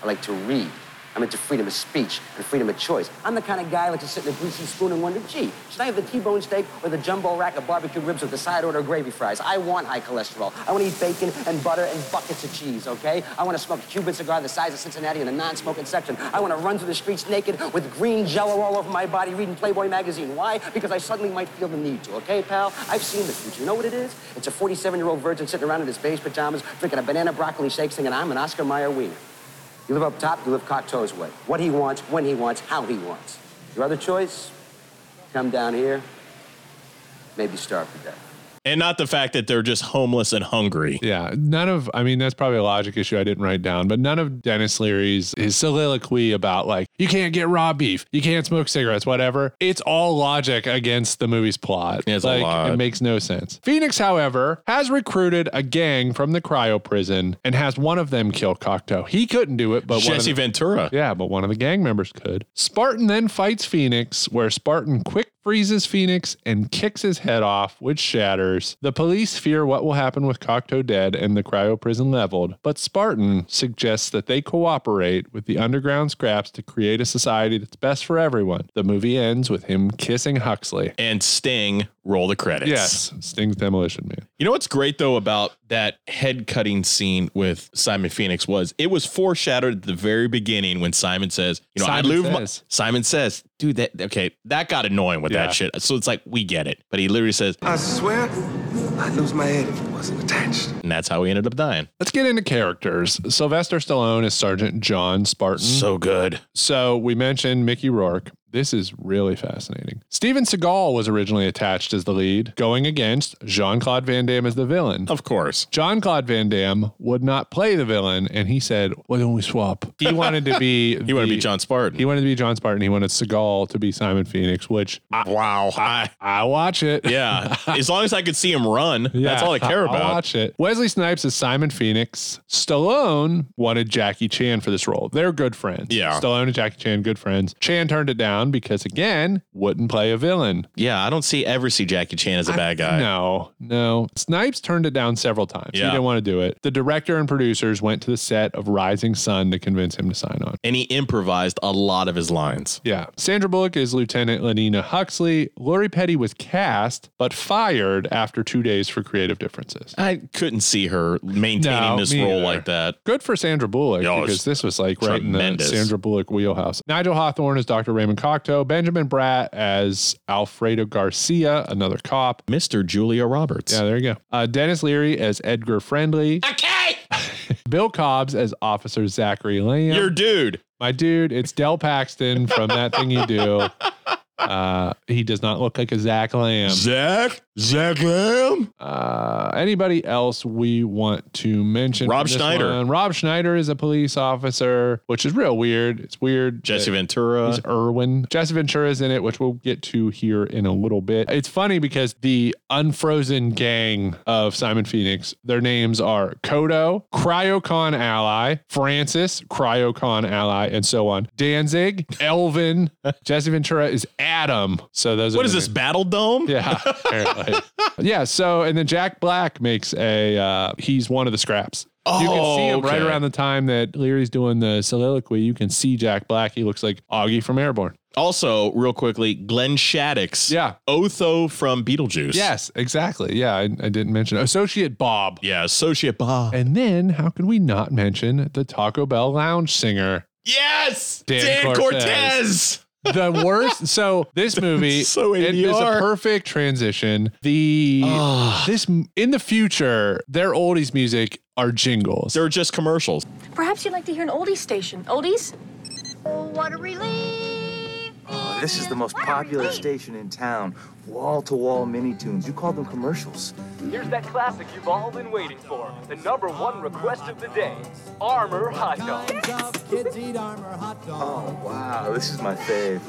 [SPEAKER 15] I like to read. I'm into freedom of speech and freedom of choice. I'm the kind of guy who likes to sit in a greasy spoon and wonder, gee, should I have the T-bone steak or the jumbo rack of barbecue ribs with the side order of gravy fries? I want high cholesterol. I want to eat bacon and butter and buckets of cheese, okay? I want to smoke a Cuban cigar the size of Cincinnati in a non-smoking section. I want to run through the streets naked with green jello all over my body reading Playboy magazine. Why? Because I suddenly might feel the need to, okay, pal? I've seen the future. You know what it is? It's a 47-year-old virgin sitting around in his beige pajamas drinking a banana broccoli shake singing, I'm an Oscar Mayer wiener. You live up top, you live Cocteau's way. What he wants, when he wants, how he wants. Your other choice? Come down here, maybe starve to death.
[SPEAKER 8] And not the fact that they're just homeless and hungry.
[SPEAKER 4] Yeah, none of I mean that's probably a logic issue I didn't write down, but none of Dennis Leary's his soliloquy about like you can't get raw beef, you can't smoke cigarettes, whatever. It's all logic against the movie's plot.
[SPEAKER 8] Yeah, it's a
[SPEAKER 4] like,
[SPEAKER 8] lot.
[SPEAKER 4] It makes no sense. Phoenix, however, has recruited a gang from the cryo prison and has one of them kill Cocteau. He couldn't do it, but one of
[SPEAKER 8] Jesse
[SPEAKER 4] the-
[SPEAKER 8] Ventura.
[SPEAKER 4] Yeah, but one of the gang members could. Spartan then fights Phoenix, where Spartan quick freezes Phoenix and kicks his head off, which shatters. The police fear what will happen with Cocteau dead and the cryo prison leveled, but Spartan suggests that they cooperate with the underground scraps to create a society that's best for everyone. The movie ends with him kissing Huxley.
[SPEAKER 8] And Sting roll the credits.
[SPEAKER 4] Yes, Sting's Demolition Man.
[SPEAKER 8] You know what's great though about that head cutting scene with Simon Phoenix was it was foreshadowed at the very beginning when Simon says, you know,
[SPEAKER 4] Simon
[SPEAKER 8] I live
[SPEAKER 4] says.
[SPEAKER 8] my Simon says, dude, that okay, that got annoying with
[SPEAKER 4] Yeah.
[SPEAKER 8] that shit. So it's like we get it. But he literally says,
[SPEAKER 13] I swear, I'd lose my head if it wasn't attached.
[SPEAKER 8] and that's how he ended up dying.
[SPEAKER 4] Let's get into characters. Sylvester Stallone is Sergeant John Spartan.
[SPEAKER 8] So good.
[SPEAKER 4] So we mentioned Mickey Rourke. This is really fascinating. Steven Seagal was originally attached as the lead, going against Jean Claude Van Damme as the villain.
[SPEAKER 8] Of course.
[SPEAKER 4] Jean Claude Van Damme would not play the villain, and he said, Why don't we swap? He wanted to be.
[SPEAKER 8] He wanted to be John Spartan.
[SPEAKER 4] He wanted to be John Spartan. He wanted Seagal to be Simon Phoenix, which
[SPEAKER 8] wow. I,
[SPEAKER 4] I watch it.
[SPEAKER 8] Yeah. as long as I could see him run, that's
[SPEAKER 4] Yeah,
[SPEAKER 8] all I care
[SPEAKER 4] I'll
[SPEAKER 8] about.
[SPEAKER 4] watch it. Wesley Snipes is Simon Phoenix. Stallone wanted Jackie Chan for this role. They're good friends.
[SPEAKER 8] Yeah.
[SPEAKER 4] Stallone and Jackie Chan, good friends. Chan turned it down because again, wouldn't play a villain.
[SPEAKER 8] Yeah, I don't see ever see Jackie Chan as a bad guy.
[SPEAKER 4] No, no. Snipes turned it down several times. He
[SPEAKER 8] Yeah.
[SPEAKER 4] didn't want to do it. The director and producers went to the set of Rising Sun to convince him to sign on.
[SPEAKER 8] And he improvised a lot of his lines.
[SPEAKER 4] Yeah. Sandra Bullock is Lieutenant Lenina Huxley. Lori Petty was cast, but fired after two days for creative differences.
[SPEAKER 8] I couldn't see her maintaining
[SPEAKER 4] No,
[SPEAKER 8] this
[SPEAKER 4] me
[SPEAKER 8] role
[SPEAKER 4] either.
[SPEAKER 8] like that.
[SPEAKER 4] Good for Sandra Bullock
[SPEAKER 8] Yeah, it was
[SPEAKER 4] because this was like right in the
[SPEAKER 8] tremendous.
[SPEAKER 4] Sandra Bullock wheelhouse. Nigel Hawthorne is Dr. Raymond Cocteau. Benjamin Bratt as Alfredo Garcia, another cop.
[SPEAKER 8] Mr. Julia Roberts.
[SPEAKER 4] Yeah, there you go. Uh, Dennis Leary as Edgar Friendly. Okay. Bill Cobbs as Officer Zachary Lamb.
[SPEAKER 8] Your dude.
[SPEAKER 4] My dude, it's Del Paxton from That Thing You Do. Uh, he does not look like a Zach Lamb.
[SPEAKER 8] Zach? Zach Lamb?
[SPEAKER 4] Uh, anybody else we want to mention? from
[SPEAKER 8] Rob
[SPEAKER 4] this
[SPEAKER 8] Schneider.
[SPEAKER 4] one? Rob Schneider is a police officer, which is real weird. It's weird.
[SPEAKER 8] Jesse
[SPEAKER 4] that
[SPEAKER 8] Ventura.
[SPEAKER 4] He's Irwin. Jesse Ventura's in it, which we'll get to here in a little bit. It's funny because the unfrozen gang of Simon Phoenix, their names are Kodo, Cryocon Ally, Francis, Cryocon Ally, and so on. Danzig, Elvin. Jesse Ventura is Adam. So those are
[SPEAKER 8] What
[SPEAKER 4] the
[SPEAKER 8] is this,
[SPEAKER 4] names.
[SPEAKER 8] Battle Dome?
[SPEAKER 4] Yeah, apparently. yeah. So, and then Jack Black makes a. Uh, he's one of the scraps. you can
[SPEAKER 8] Oh,
[SPEAKER 4] see him right
[SPEAKER 8] okay.
[SPEAKER 4] around the time that Leary's doing the soliloquy. You can see Jack Black. He looks like Augie from Airborne.
[SPEAKER 8] Also, real quickly, Glenn Shaddix.
[SPEAKER 4] Yeah.
[SPEAKER 8] Otho from Beetlejuice.
[SPEAKER 4] Yes, exactly. Yeah, I, I didn't mention Associate Bob.
[SPEAKER 8] Yeah, Associate Bob.
[SPEAKER 4] And then, how can we not mention the Taco Bell lounge singer?
[SPEAKER 8] Yes!
[SPEAKER 4] Dan
[SPEAKER 8] Dan,
[SPEAKER 4] Cortez.
[SPEAKER 8] Cortez.
[SPEAKER 4] The worst. so this movie
[SPEAKER 8] So
[SPEAKER 4] it is a
[SPEAKER 8] ADR.
[SPEAKER 4] perfect transition. The
[SPEAKER 8] Ah.
[SPEAKER 4] this in the future, their oldies music are jingles.
[SPEAKER 8] They're just commercials.
[SPEAKER 5] Perhaps you'd like to hear an oldies station. Oldies?
[SPEAKER 16] What a relief!
[SPEAKER 17] Oh, this is the most popular station in town. Wall to wall mini tunes. You call them commercials.
[SPEAKER 18] Here's that classic you've all been waiting for. The number one request of the day Armor Hot Dog. Kids eat armor hot dog.
[SPEAKER 17] Oh, wow. This is my fave.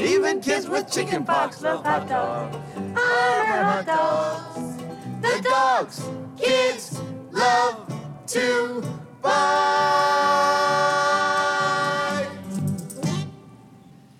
[SPEAKER 13] Even kids with chicken pox love hot dogs.
[SPEAKER 16] hot dogs. The dogs, kids love to buy.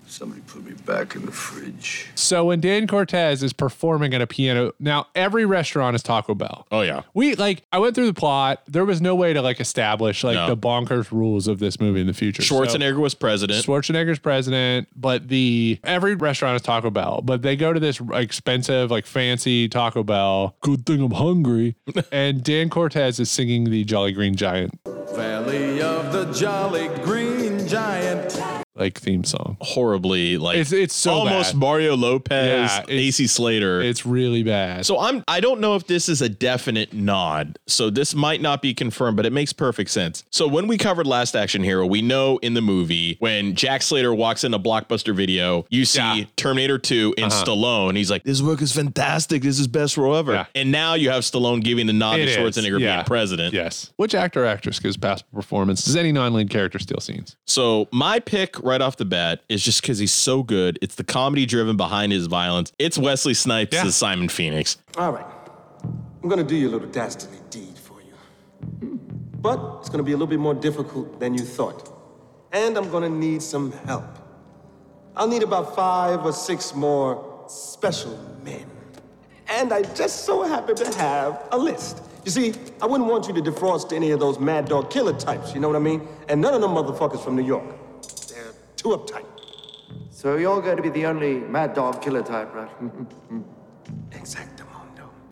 [SPEAKER 2] Somebody put me back
[SPEAKER 13] back in the fridge.
[SPEAKER 4] So when Dan Cortez is performing at a piano, now every restaurant is Taco Bell.
[SPEAKER 8] Oh yeah.
[SPEAKER 4] We like I went through the plot. There was no way to like establish like
[SPEAKER 8] No.
[SPEAKER 4] the bonkers rules of this movie in the future. So-
[SPEAKER 8] Schwarzenegger was president.
[SPEAKER 4] Schwarzenegger's president, but the every restaurant is Taco Bell, but they go to this expensive, like fancy Taco Bell. Good thing I'm hungry. and Dan Cortez is singing the Jolly Green Giant
[SPEAKER 18] Valley of the Jolly Green Giant.
[SPEAKER 4] like theme song.
[SPEAKER 8] horribly like
[SPEAKER 4] It's- it's so
[SPEAKER 8] almost
[SPEAKER 4] bad.
[SPEAKER 8] Mario Lopez,
[SPEAKER 4] Yeah,
[SPEAKER 8] AC Slater.
[SPEAKER 4] It's really bad.
[SPEAKER 8] so I'm I don't know if this is a definite nod. So this might not be confirmed, but it makes perfect sense. So when we covered Last Action Hero, we know in the movie when Jack Slater walks in a blockbuster video, you see Terminator 2 in
[SPEAKER 4] Uh-huh.
[SPEAKER 8] Stallone. He's like, This work is fantastic. This is best role ever. And now you have Stallone giving the nod
[SPEAKER 4] It
[SPEAKER 8] to
[SPEAKER 4] is,
[SPEAKER 8] Schwarzenegger
[SPEAKER 4] yeah.
[SPEAKER 8] being president.
[SPEAKER 4] Yes. Which actor or actress gives past performance? Does any non lead character steal scenes?
[SPEAKER 8] So my pick right off the bat is just because he's so good. It's the comedy driven behind his violence. It's Wesley Snipes as Simon Phoenix.
[SPEAKER 14] All right. I'm going to do your little dastardly deed for you. But it's going to be a little bit more difficult than you thought. And I'm going to need some help. I'll need about five or six more special men. And I just so happen to have a list. You see, I wouldn't want you to defrost any of those mad dog killer types, you know what I mean? And none of them motherfuckers from New York. They're too uptight.
[SPEAKER 19] So you're going to be the only mad dog killer type, right?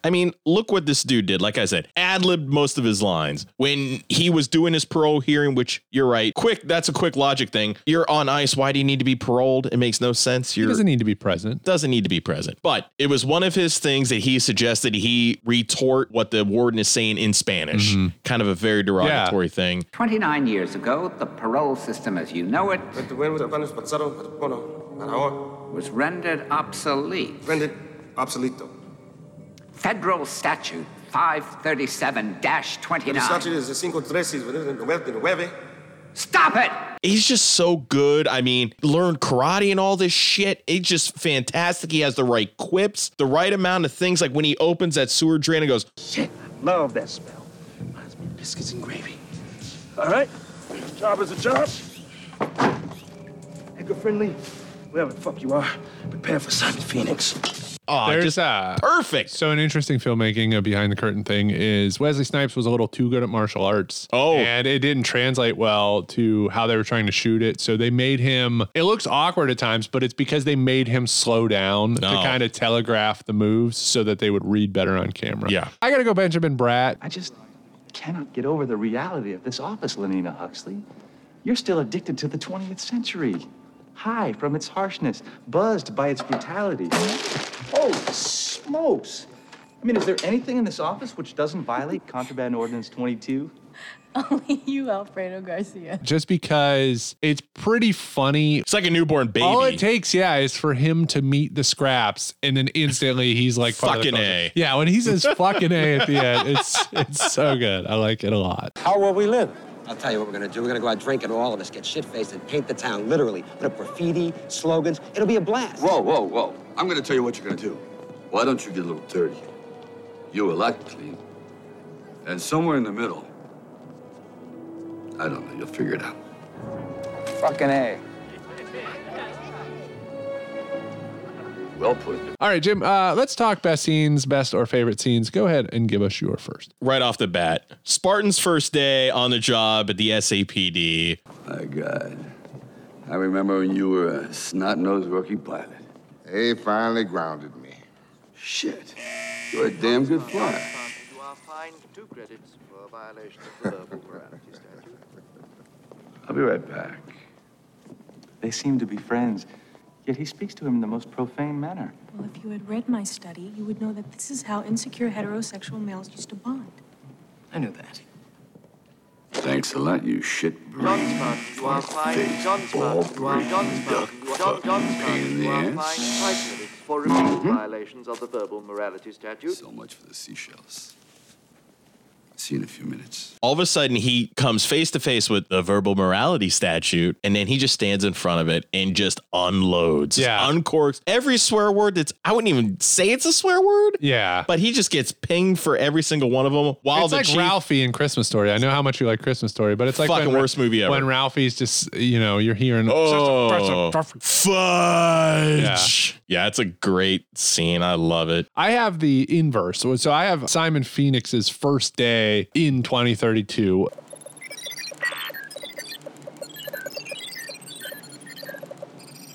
[SPEAKER 8] I mean, look what this dude did. Like I said, ad libbed most of his lines when he was doing his parole hearing. Which you're right, quick. That's a quick logic thing. You're on ice. Why do you need to be paroled? It makes no sense. You're,
[SPEAKER 4] doesn't need to be present.
[SPEAKER 8] Doesn't need to be present. But it was one of his things that he suggested he retort what the warden is saying in Spanish. Kind of a very derogatory thing.
[SPEAKER 20] 29 years ago, the parole system as you know it was rendered obsolete. Rendered obsoleto. Federal Statute 537 29. Stop it!
[SPEAKER 8] He's just so good. I mean, learned karate and all this shit. It's just fantastic. He has the right quips, the right amount of things. Like when he opens that sewer drain and goes, shit,
[SPEAKER 19] love that smell.
[SPEAKER 8] Reminds me of biscuits and gravy.
[SPEAKER 19] All right. Job is a job. Eco friendly. Whatever the fuck you are, prepare for Simon Phoenix.
[SPEAKER 8] Oh,
[SPEAKER 4] There's that.
[SPEAKER 8] Perfect.
[SPEAKER 4] So, an interesting filmmaking, a behind the curtain thing, is Wesley Snipes was a little too good at martial arts. Oh. And it didn't translate well to how they were trying to shoot it. So, they made him, it looks awkward at times, but it's because they made him slow down to
[SPEAKER 8] No.
[SPEAKER 4] kind of telegraph the moves so that they would read better on camera.
[SPEAKER 8] Yeah.
[SPEAKER 4] I got to go Benjamin Bratt.
[SPEAKER 19] I just cannot get over the reality of this office, Lenina Huxley. You're still addicted to the 20th century. High from its harshness, buzzed by its brutality. Oh, smokes! I mean, is there anything in this office which doesn't violate Contraband Ordinance 22?
[SPEAKER 21] Only you, Alfredo Garcia.
[SPEAKER 4] just because it's pretty funny. It's
[SPEAKER 8] like a newborn baby.
[SPEAKER 4] All it takes, yeah, is for him to meet the scraps, and then instantly he's like part of the
[SPEAKER 8] Fucking
[SPEAKER 4] culture.
[SPEAKER 8] A.
[SPEAKER 4] Yeah, when he says "fucking A" at the end, it's it's so good. I like it a lot.
[SPEAKER 15] How will we live? I'll tell you what we're gonna do. We're gonna go out drinking, all of us, get shit faced, and paint the town, literally. Put up graffiti, slogans. It'll be a blast.
[SPEAKER 2] Whoa, whoa, whoa. I'm gonna tell you what you're gonna do. Why don't you get a little dirty? You will act clean. And somewhere in the middle, I don't know, you'll figure it out.
[SPEAKER 19] Fucking A.
[SPEAKER 2] Well put.
[SPEAKER 4] All right, Jim. Uh, let's talk best scenes, best or favorite scenes. Go ahead and give us your first.
[SPEAKER 8] right off the bat. Spartan's first day on the job at the SAPD.
[SPEAKER 2] My God. I remember when you were a snot nosed rookie pilot. They finally grounded me. Shit. You're a damn good flyer.
[SPEAKER 18] You are fined two credits for a violation of the verbal morality statute.
[SPEAKER 19] I'll be right back. They seem to be friends, yet he speaks to him in the most profane manner.
[SPEAKER 5] Well, if you had read my study, you would know that this is how insecure heterosexual males used to bond.
[SPEAKER 2] I knew that. Thanks a lot, you shit brain.
[SPEAKER 18] John Spartan, you are fined. John Spartan, you are John Spartan. You are John, John Spartan, you are fined five credits for repeated violations of the verbal morality statute.
[SPEAKER 2] So much for the seashells. see in a few minutes.
[SPEAKER 8] All of a sudden, he comes face to face with the verbal morality statute, and then he just stands in front of it and just unloads, yeah, uncorks every swear word that's I wouldn't even say it's a swear word,
[SPEAKER 4] yeah.
[SPEAKER 8] but he just gets pinged for every single one of them. While
[SPEAKER 4] it's
[SPEAKER 8] the
[SPEAKER 4] like
[SPEAKER 8] chief-
[SPEAKER 4] Ralphie in Christmas Story. I know how much you like Christmas Story, but it's like
[SPEAKER 8] Fucking
[SPEAKER 4] when-
[SPEAKER 8] worst movie ever.
[SPEAKER 4] When Ralphie's just, you know, you're hearing
[SPEAKER 8] Oh,
[SPEAKER 4] Yeah.
[SPEAKER 8] fudge! Yeah, it's a great scene. I love it.
[SPEAKER 4] I have the inverse. So, so I have Simon Phoenix's first day in 2032.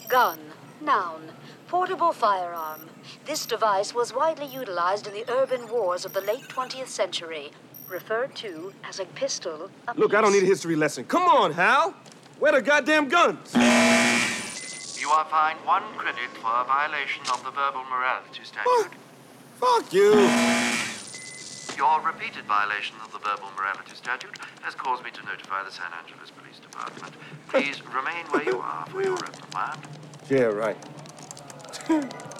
[SPEAKER 3] Gun, noun, portable firearm. This device was widely utilized in the urban wars of the late 20th century, referred to as a pistol. a
[SPEAKER 13] Look, I don't
[SPEAKER 3] piece.
[SPEAKER 13] need a history lesson. Come on, Hal. Where the goddamn guns?
[SPEAKER 22] You are fined one credit for a violation of the verbal morality statute.
[SPEAKER 13] Fuck you.
[SPEAKER 22] Your repeated violation of the verbal morality statute has caused me to notify the San Angeles Police Department. Please remain where you are for your own command.
[SPEAKER 13] Yeah, right.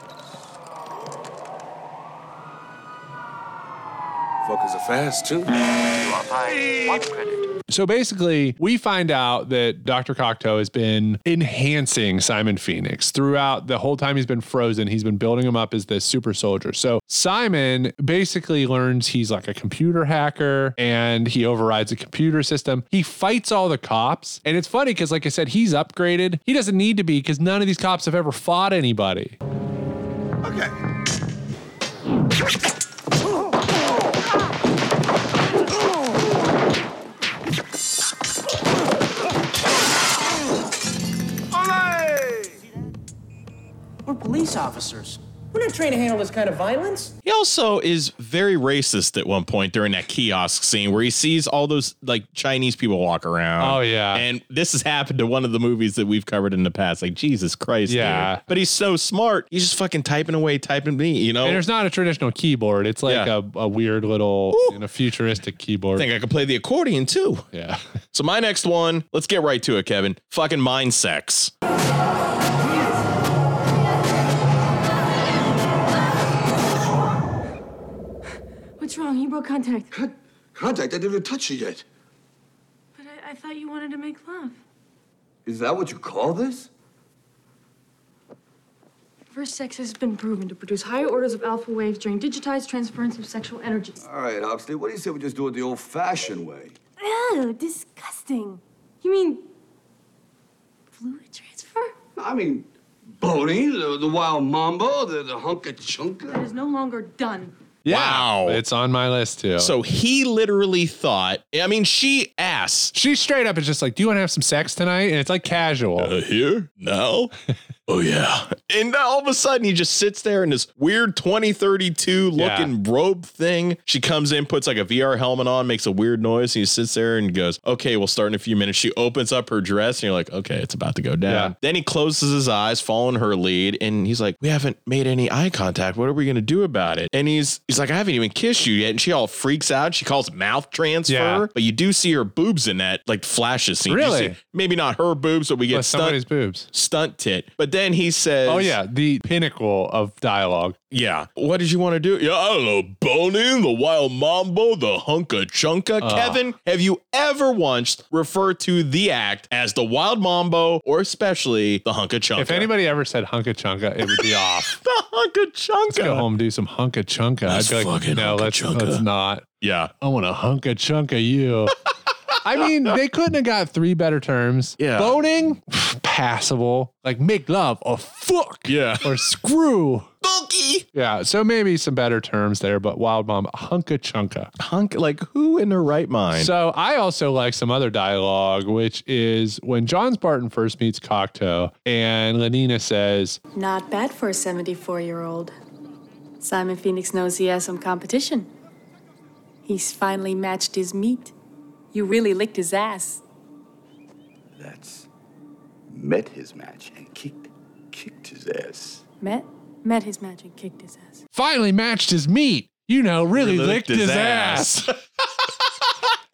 [SPEAKER 13] Fuckers are fast, too.
[SPEAKER 22] You are fined one credit.
[SPEAKER 4] So basically, we find out that Dr. Cocteau has been enhancing Simon Phoenix throughout the whole time he's been frozen. He's been building him up as this super soldier. So Simon basically learns he's like a computer hacker and he overrides a computer system. He fights all the cops. And it's funny because, like I said, he's upgraded. He doesn't need to be because none of these cops have ever fought anybody.
[SPEAKER 6] We're police officers. We're not trained to handle this kind of violence.
[SPEAKER 8] He also is very racist at one point during that kiosk scene where he sees all those like Chinese people walk around.
[SPEAKER 4] Oh, yeah.
[SPEAKER 8] And this has happened to one of the movies that we've covered in the past. Like Jesus Christ.
[SPEAKER 4] Yeah.
[SPEAKER 8] dude. But he's so smart. He's just fucking typing away, typing me, you know.
[SPEAKER 4] And there's not a traditional keyboard. It's like
[SPEAKER 8] Yeah.
[SPEAKER 4] a, a weird little, you know, futuristic keyboard.
[SPEAKER 8] think I could play the accordion too.
[SPEAKER 4] Yeah.
[SPEAKER 8] So my next one, let's get right to it, Kevin. Fucking mind sex.
[SPEAKER 5] What's wrong? You broke contact. But
[SPEAKER 2] Contact, I didn't even touch you yet.
[SPEAKER 5] I, I thought you wanted to make love.
[SPEAKER 2] Is that what you call this?
[SPEAKER 5] Reverse sex has been proven to produce higher orders of alpha waves during digitized transference of sexual energies.
[SPEAKER 2] All right, Hobsley, what do you say we just do it the old fashioned way?
[SPEAKER 5] Ew, disgusting. You mean fluid transfer?
[SPEAKER 2] I mean, boating, the, the wild mambo, the, the hunka chunka.
[SPEAKER 5] That is no longer done.
[SPEAKER 8] Wow.
[SPEAKER 4] It's on my list too.
[SPEAKER 8] So he literally thought, I mean, she asked.
[SPEAKER 4] She straight up is just like, Do you want to have some sex tonight? And it's like
[SPEAKER 8] Uh,
[SPEAKER 4] casual.
[SPEAKER 8] here? No. oh, yeah. And now all of a sudden, he just sits there in this weird 2032 looking robe thing. She comes in, puts like a VR helmet on, makes a weird noise, and he sits there and goes, Okay, we'll start in a few minutes. She opens up her dress, and you're like, Okay, it's about to go down.
[SPEAKER 4] Yeah.
[SPEAKER 8] Then he closes his eyes, following her lead, and he's like, We haven't made any eye contact. What are we going to do about it? And he's he's like, I haven't even kissed you yet. And she all freaks out. She calls it mouth transfer,
[SPEAKER 4] Yeah.
[SPEAKER 8] but you do see her boobs in that like flashes scene. You
[SPEAKER 4] Really?
[SPEAKER 8] see- Maybe not her boobs, but we get
[SPEAKER 4] But somebody's
[SPEAKER 8] stunt,
[SPEAKER 4] boobs.
[SPEAKER 8] stunt tit. But then he says,
[SPEAKER 4] Oh yeah, the pinnacle of dialogue.
[SPEAKER 8] Yeah. What did you want to do? Yeah, I don't know. Boning, the wild mambo, the hunka chunka.
[SPEAKER 4] Ah.
[SPEAKER 8] Kevin, have you ever once referred to the act as the wild mambo or especially the hunka chunka?
[SPEAKER 4] If anybody ever said hunka chunka, it would be off.
[SPEAKER 8] the hunka
[SPEAKER 4] Let's go
[SPEAKER 8] chunka.
[SPEAKER 4] home do some hunka chunka.
[SPEAKER 8] Let's
[SPEAKER 4] I'd be like,
[SPEAKER 8] fucking
[SPEAKER 4] no,
[SPEAKER 8] hunka
[SPEAKER 4] let's,
[SPEAKER 8] chunka."
[SPEAKER 4] let's not.
[SPEAKER 8] Yeah.
[SPEAKER 4] I want a hunka chunka you. I mean, they couldn't have got three better terms.
[SPEAKER 8] Yeah.
[SPEAKER 4] Boning, passable. Like make love or fuck.
[SPEAKER 8] Yeah.
[SPEAKER 4] Or screw.
[SPEAKER 8] Bulky.
[SPEAKER 4] Yeah. So maybe some better terms there, but wild mom, hunka chunka.
[SPEAKER 8] Hunk, like who in their right mind?
[SPEAKER 4] So I also like some other dialogue, which is when John Spartan first meets Cocteau and Lenina says,
[SPEAKER 5] Not bad for a 74 year old. Simon Phoenix knows he has some competition. He's finally matched his meat. You really licked his ass.
[SPEAKER 2] That's met his match and kicked kicked his ass.
[SPEAKER 5] Met? Met his match and kicked his ass.
[SPEAKER 4] finally matched his meat. You know, really licked, his, ass.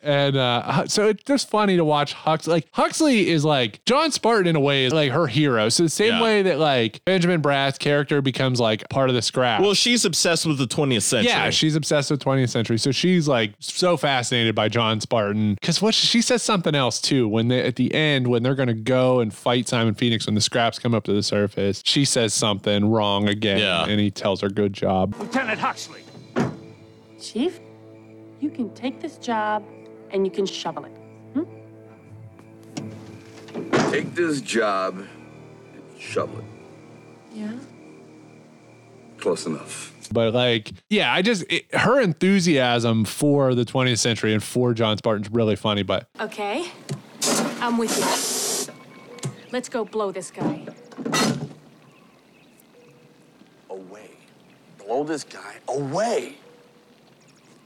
[SPEAKER 4] And uh, so it's just funny to watch Huxley. Like Huxley is like John Spartan in a way is like her hero. So the same
[SPEAKER 8] Yeah.
[SPEAKER 4] way that like Benjamin Bratt's character becomes like part of the scrap.
[SPEAKER 8] Well, she's obsessed with the 20th century.
[SPEAKER 4] Yeah, she's obsessed with 20th century. So she's like so fascinated by John Spartan because what she says something else too when they at the end when they're gonna go and fight Simon Phoenix when the scraps come up to the surface. She says something wrong again, and he tells her good job.
[SPEAKER 18] Lieutenant Huxley.
[SPEAKER 5] Chief, you can take this job and you can shovel it.
[SPEAKER 2] Take this job and shovel it.
[SPEAKER 5] Yeah.
[SPEAKER 2] Close enough.
[SPEAKER 4] But like, yeah, I just it, her enthusiasm for the 20th century and for John Spartan's really funny. But
[SPEAKER 5] Okay. I'm with you. Let's go blow this guy.
[SPEAKER 2] Away. Blow this guy away.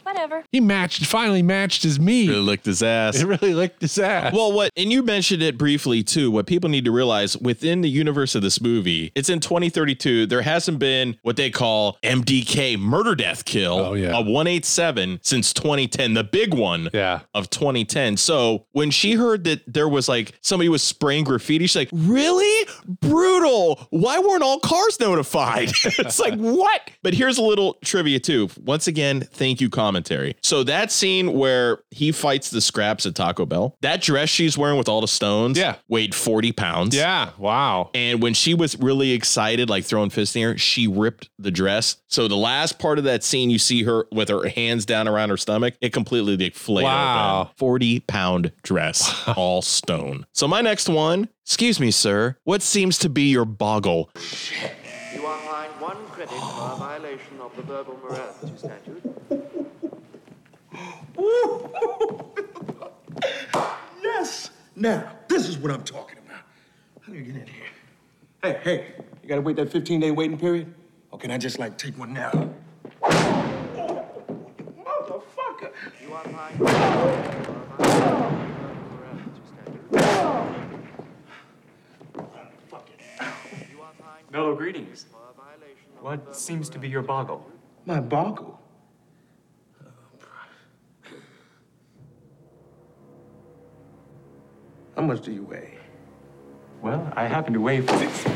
[SPEAKER 5] Whatever.
[SPEAKER 4] he matched, finally matched his meat.
[SPEAKER 8] Really licked his ass.
[SPEAKER 4] It really licked his ass.
[SPEAKER 8] Well, what, and you mentioned it briefly too. What people need to realize within the universe of this movie, it's in 2032. There hasn't been what they call MDK murder death kill, oh, yeah. a 187 since 2010, the big one
[SPEAKER 4] yeah.
[SPEAKER 8] of 2010. So when she heard that there was like somebody was spraying graffiti, she's like, really? Brutal. Why weren't all cars notified? it's like, what? But here's a little trivia too. Once again, thank you, commentary. So that scene where he fights the scraps at Taco Bell, that dress she's wearing with all the stones yeah. weighed 40 pounds.
[SPEAKER 4] Yeah. Wow.
[SPEAKER 8] And when she was really excited, like throwing fists in the air, she ripped the dress. So the last part of that scene, you see her with her hands down around her stomach, it completely deflated.
[SPEAKER 4] Wow.
[SPEAKER 8] 40 pound dress, all stone. So my next one, excuse me, sir, what seems to be your boggle?
[SPEAKER 22] You are fined one credit for a violation of the verbal morality statute.
[SPEAKER 13] Yes. Now, this is what I'm talking about. How do you get in here? Hey, hey, you gotta wait that 15 day waiting period? Or can I just like take one now?
[SPEAKER 22] Motherfucker! You are fined one credit for a violation of the verbal morality statute.
[SPEAKER 18] Mellow greetings. What seems to be your boggle?
[SPEAKER 13] My boggle. How much do you weigh?
[SPEAKER 18] Well, I happen to weigh six.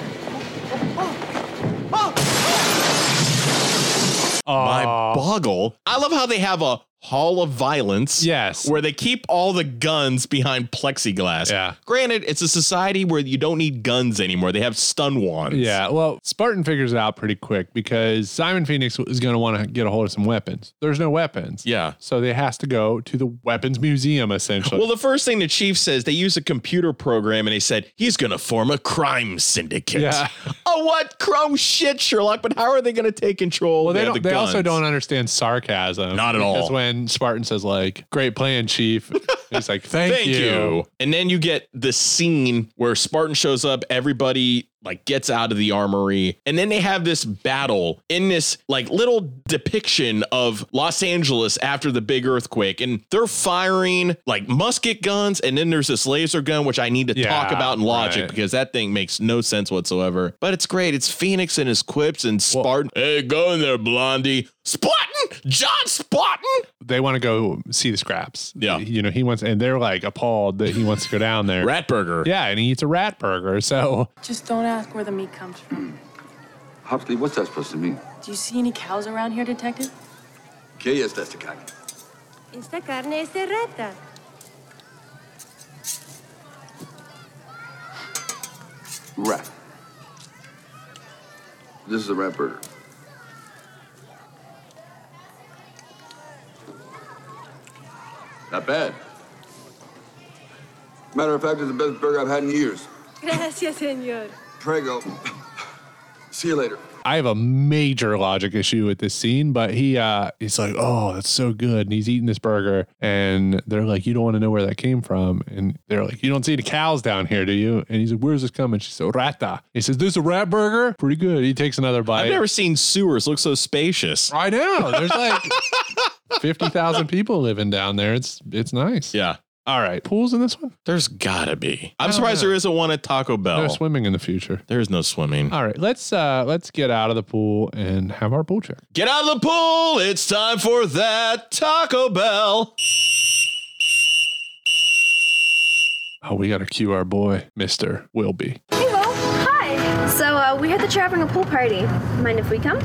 [SPEAKER 8] my boggle. I love how they have a hall of violence. Yes. Where they keep all the guns behind plexiglass. Yeah. Granted, it's a society where you don't need guns anymore. They have stun wands.
[SPEAKER 4] Yeah, well, Spartan figures it out pretty quick because Simon Phoenix is going to want to get a hold of some weapons. There's no weapons.
[SPEAKER 8] Yeah.
[SPEAKER 4] So they has to go to the weapons museum essentially.
[SPEAKER 8] Well, the first thing the chief says, they use a computer program and they said, he's going to form a crime syndicate.
[SPEAKER 4] Yeah.
[SPEAKER 8] oh, what? Chrome shit, Sherlock. But how are they going to take control?
[SPEAKER 4] Well, they,
[SPEAKER 8] have
[SPEAKER 4] don't,
[SPEAKER 8] the
[SPEAKER 4] they also
[SPEAKER 8] guns.
[SPEAKER 4] don't understand sarcasm.
[SPEAKER 8] Not at
[SPEAKER 4] Because
[SPEAKER 8] all.
[SPEAKER 4] when Spartan says like, "Great plan, chief," he's like, "Thank, you."
[SPEAKER 8] And then you get the scene where Spartan shows up, everybody like gets out of the armory, and then they have this battle in this like little depiction of Los Angeles after the big earthquake. And they're firing like musket guns, and then there's this laser gun, which I need to
[SPEAKER 4] Yeah,
[SPEAKER 8] talk about in logic
[SPEAKER 4] right.
[SPEAKER 8] because that thing makes no sense whatsoever. But it's great. It's Phoenix and his quips and Spartan. hey, go in there, Blondie. Spartan! John Spartan!
[SPEAKER 4] They want to go see the scraps. Yeah. You know, he wants, and they're like appalled that he wants to go down there.
[SPEAKER 8] rat burger.
[SPEAKER 4] Yeah, and he eats a rat burger. So
[SPEAKER 5] Just don't ask where the meat comes from.
[SPEAKER 2] Huxley, what's that supposed to mean?
[SPEAKER 5] Do you see any cows around here, Detective?
[SPEAKER 2] Que es esta caca?
[SPEAKER 1] Esta carne es de rata.
[SPEAKER 2] Rat. This is a rat burger. Not bad. Matter of fact, it's the best burger I've had in years.
[SPEAKER 1] Gracias, señor.
[SPEAKER 2] Prego. See you later.
[SPEAKER 4] I have a major logic issue with this scene, but he uh he's like, Oh, that's so good. And he's eating this burger and they're like, You don't want to know where that came from. And they're like, You don't see the cows down here, do you? And he's like, Where's this coming? She said, Rata. He says, This is a rat burger? Pretty good. He takes another bite.
[SPEAKER 8] I've never seen sewers look so spacious.
[SPEAKER 4] I know. There's like fifty thousand people living down there. It's it's nice.
[SPEAKER 8] Yeah.
[SPEAKER 4] All right. Pools in this one?
[SPEAKER 8] There's gotta be. I'm
[SPEAKER 4] I don't
[SPEAKER 8] surprised
[SPEAKER 4] know.
[SPEAKER 8] there isn't one at Taco Bell.
[SPEAKER 4] No swimming in the future.
[SPEAKER 8] There's no swimming.
[SPEAKER 4] All right. Let's uh let's get out of the pool and have our pool check.
[SPEAKER 8] Get out of the pool. It's time for that Taco Bell.
[SPEAKER 4] Oh, we got to cue our boy, Mr. Wilby.
[SPEAKER 9] Hi. So uh, we heard that you're having a pool party. Mind if we come?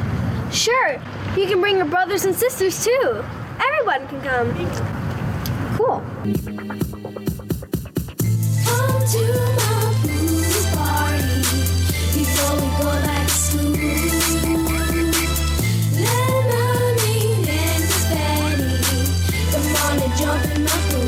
[SPEAKER 9] Sure. You can bring your brothers and sisters too. Everyone can come. Cool.
[SPEAKER 16] Come to my pool party before we go back to school. Lemonade and Miss Betty, come on and jump in my pool.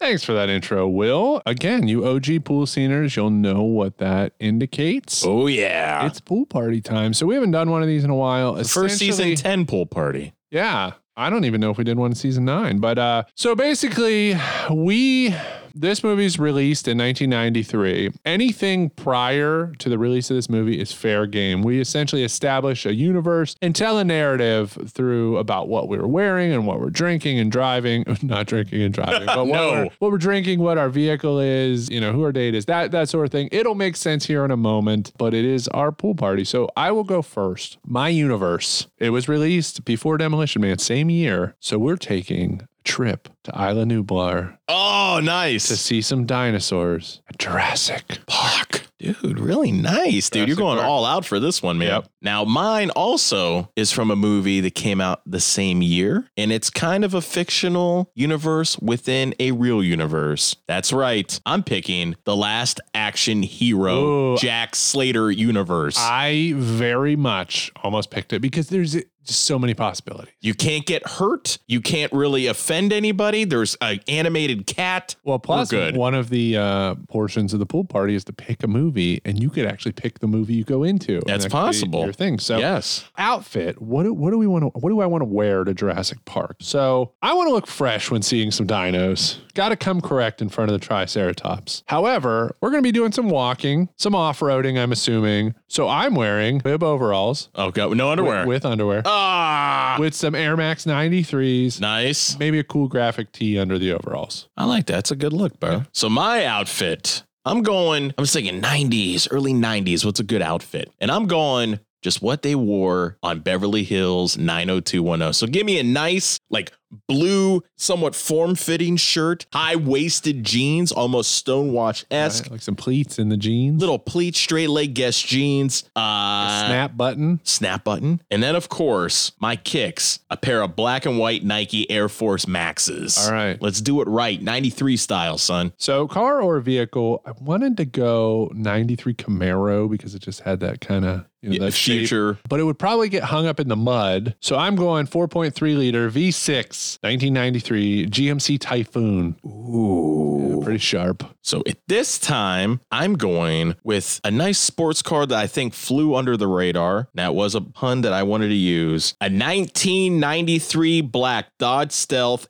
[SPEAKER 4] Thanks for that intro, Will. Again, you OG pool sceners, you'll know what that indicates.
[SPEAKER 8] Oh, yeah.
[SPEAKER 4] It's pool party time. So we haven't done one of these in a while.
[SPEAKER 8] First season
[SPEAKER 4] Essentially-
[SPEAKER 8] 10 pool party.
[SPEAKER 4] Yeah. I don't even know if we did one in season nine. But uh so basically we this movie's released in 1993. Anything prior to the release of this movie is fair game. We essentially establish a universe and tell a narrative through about what we were wearing and what we're drinking and driving, not drinking and driving, but what,
[SPEAKER 8] No.
[SPEAKER 4] we're, what we're drinking, what our vehicle is, you know, who our date is, that that sort of thing. It'll make sense here in a moment, but it is our pool party. So I will go first. My universe. It was released before Demolition Man, same year. So we're taking a trip to Isla Nublar.
[SPEAKER 8] Oh, nice.
[SPEAKER 4] To see some dinosaurs at Jurassic Park.
[SPEAKER 8] Dude, really nice, dude. You're going all out for this one, man. Now, mine also is from a movie that came out the same year, and it's kind of a fictional universe within a real universe. That's right. I'm picking the last action hero, Jack Slater universe.
[SPEAKER 4] I very much almost picked it because there's just so many possibilities.
[SPEAKER 8] You can't get hurt. You can't really offend anybody. There's an animated cat. Well,
[SPEAKER 4] Plus,
[SPEAKER 8] We're good.
[SPEAKER 4] one of the uh, portions of the pool party is to pick a movie, and you could actually pick the movie you go into. and
[SPEAKER 8] That's
[SPEAKER 4] that could be
[SPEAKER 8] possible.
[SPEAKER 4] Your thing. So,
[SPEAKER 8] Yes.
[SPEAKER 4] outfit. What do, what do we want to? What do I want to wear to Jurassic Park? So, I want to look fresh when seeing some dinos. Got to come correct in front of the Triceratops. However, we're going to be doing some walking, some off roading. I'm assuming. So, I'm wearing bib overalls.
[SPEAKER 8] Oh god, no underwear.
[SPEAKER 4] With, with underwear.
[SPEAKER 8] Ah,
[SPEAKER 4] with some Air Max 93s.
[SPEAKER 8] Nice.
[SPEAKER 4] Maybe a cool graphic tee under the overalls.
[SPEAKER 8] I like that. It's a good look, bro. So my outfit, I'm going, I'm just thinking 90s, early 90s. What's a good outfit? And I'm going just what they wore on Beverly Hills 90210. So give me a nice, like blue, somewhat form fitting shirt, high waisted jeans, almost stonewatch esque.
[SPEAKER 4] Like some pleats in the jeans.
[SPEAKER 8] Little pleat, straight leg guest jeans. Uh,
[SPEAKER 4] snap button.
[SPEAKER 8] Snap button. And then, of course, my kicks, a pair of black and white Nike Air Force Maxes. All
[SPEAKER 4] right.
[SPEAKER 8] Let's do it right. 93 style, son.
[SPEAKER 4] So, car or vehicle, I wanted to go 93 Camaro because it just had that kind of you know,
[SPEAKER 8] Yeah,
[SPEAKER 4] that shape.
[SPEAKER 8] future.
[SPEAKER 4] but it would probably get hung up in the mud. So, I'm going 4.3 liter V6 1993 GMC Typhoon.
[SPEAKER 8] Ooh.
[SPEAKER 4] pretty sharp.
[SPEAKER 8] So at this time, I'm going with a nice sports car that I think flew under the radar. That was a pun that I wanted to use. A 1993 black Dodge Stealth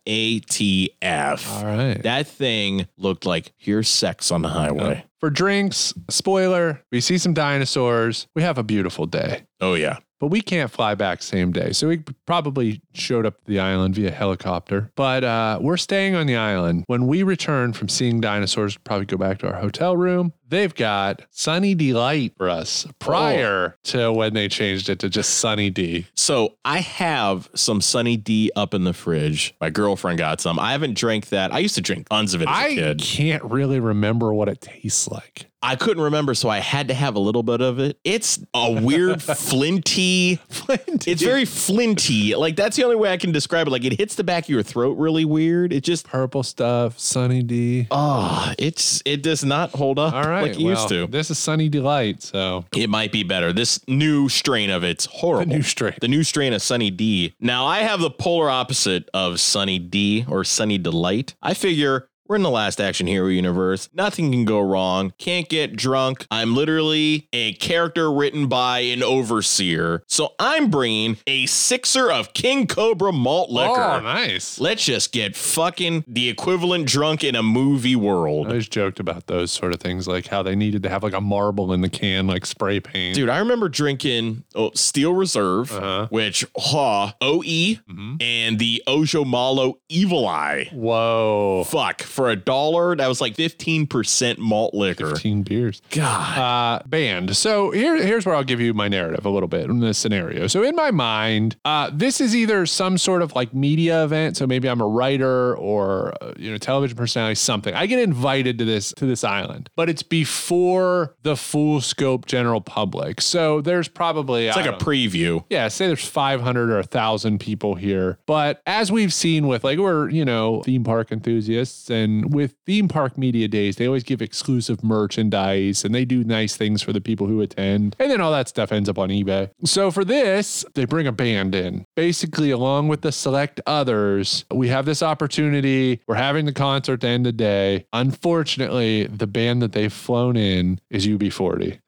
[SPEAKER 8] ATF. All
[SPEAKER 4] right.
[SPEAKER 8] That thing looked like pure sex on the highway.
[SPEAKER 4] For drinks, spoiler, we see some dinosaurs. We have a beautiful day.
[SPEAKER 8] Oh, yeah.
[SPEAKER 4] But we can't fly back same day. So we probably showed up to the island via helicopter. But uh, we're staying on the island. When we return from seeing dinosaurs, probably go back to our hotel room. They've got Sunny Delight for us prior to when they changed it to just Sunny D.
[SPEAKER 8] So I have some Sunny D up in the fridge. My girlfriend got some. I haven't drank that. I used to drink tons of it as a
[SPEAKER 4] I
[SPEAKER 8] kid.
[SPEAKER 4] can't really remember what it tastes like.
[SPEAKER 8] I couldn't remember, so I had to have a little bit of it. It's a weird flinty,
[SPEAKER 4] flinty.
[SPEAKER 8] It's very flinty. Like that's the only way I can describe it. Like it hits the back of your throat really weird. It just
[SPEAKER 4] purple stuff, Sunny D.
[SPEAKER 8] Oh, it's it does not hold up
[SPEAKER 4] All right.
[SPEAKER 8] like it used
[SPEAKER 4] well,
[SPEAKER 8] to.
[SPEAKER 4] This is Sunny Delight. So
[SPEAKER 8] It might be better. This new strain of it's horrible. The new
[SPEAKER 4] strain.
[SPEAKER 8] The new strain of Sunny D. Now I have the polar opposite of Sunny D or Sunny Delight. I figure we're in the last action hero universe. Nothing can go wrong. Can't get drunk. I'm literally a character written by an overseer. So I'm bringing a sixer of King Cobra malt liquor.
[SPEAKER 4] Oh, nice.
[SPEAKER 8] Let's just get fucking the equivalent drunk in a movie world.
[SPEAKER 4] I always joked about those sort of things, like how they needed to have like a marble in the can, like spray paint.
[SPEAKER 8] Dude, I remember drinking oh, Steel Reserve,
[SPEAKER 4] Uh-huh.
[SPEAKER 8] which E
[SPEAKER 4] Mm-hmm.
[SPEAKER 8] ha OE and the Ojo Malo Evil Eye.
[SPEAKER 4] Whoa.
[SPEAKER 8] Fuck. for a dollar. That was like 15% malt liquor.
[SPEAKER 4] 15 beers. God. Uh, band. So here, here's where I'll give you my narrative a little bit in this scenario. So in my mind, uh, this is either some sort of like media event. So maybe I'm a writer or uh, you know television personality, something. I get invited to this to this island, but it's before the full scope general public. So there's probably
[SPEAKER 8] It's like
[SPEAKER 4] I
[SPEAKER 8] a
[SPEAKER 4] don't-
[SPEAKER 8] preview.
[SPEAKER 4] yeah, say there's 500 or 1,000 people here. But as we've seen with, like, we're, you know, theme park enthusiasts, and with theme park media days, they always give exclusive merchandise and they do nice things for the people who attend. And then all that stuff ends up on eBay. So for this, they bring a band in. Basically, along with the select others, we have this opportunity. We're having the concert to end the day. Unfortunately, the band that they've flown in is UB40.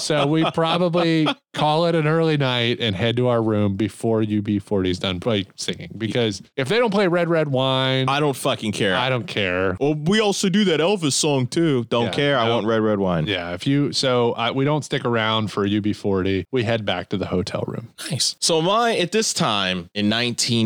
[SPEAKER 4] so we probably call it an early night and head to our room before UB40 is done play singing because if they don't play Red Red Wine,
[SPEAKER 8] I don't fucking care.
[SPEAKER 4] I don't care.
[SPEAKER 8] Well, we also do that Elvis song too. Don't
[SPEAKER 4] Yeah,
[SPEAKER 8] care. I
[SPEAKER 4] no.
[SPEAKER 8] want red, red wine.
[SPEAKER 4] Yeah, if you so uh, we don't stick around for UB40, we head back to the hotel room.
[SPEAKER 8] Nice. So my at this time in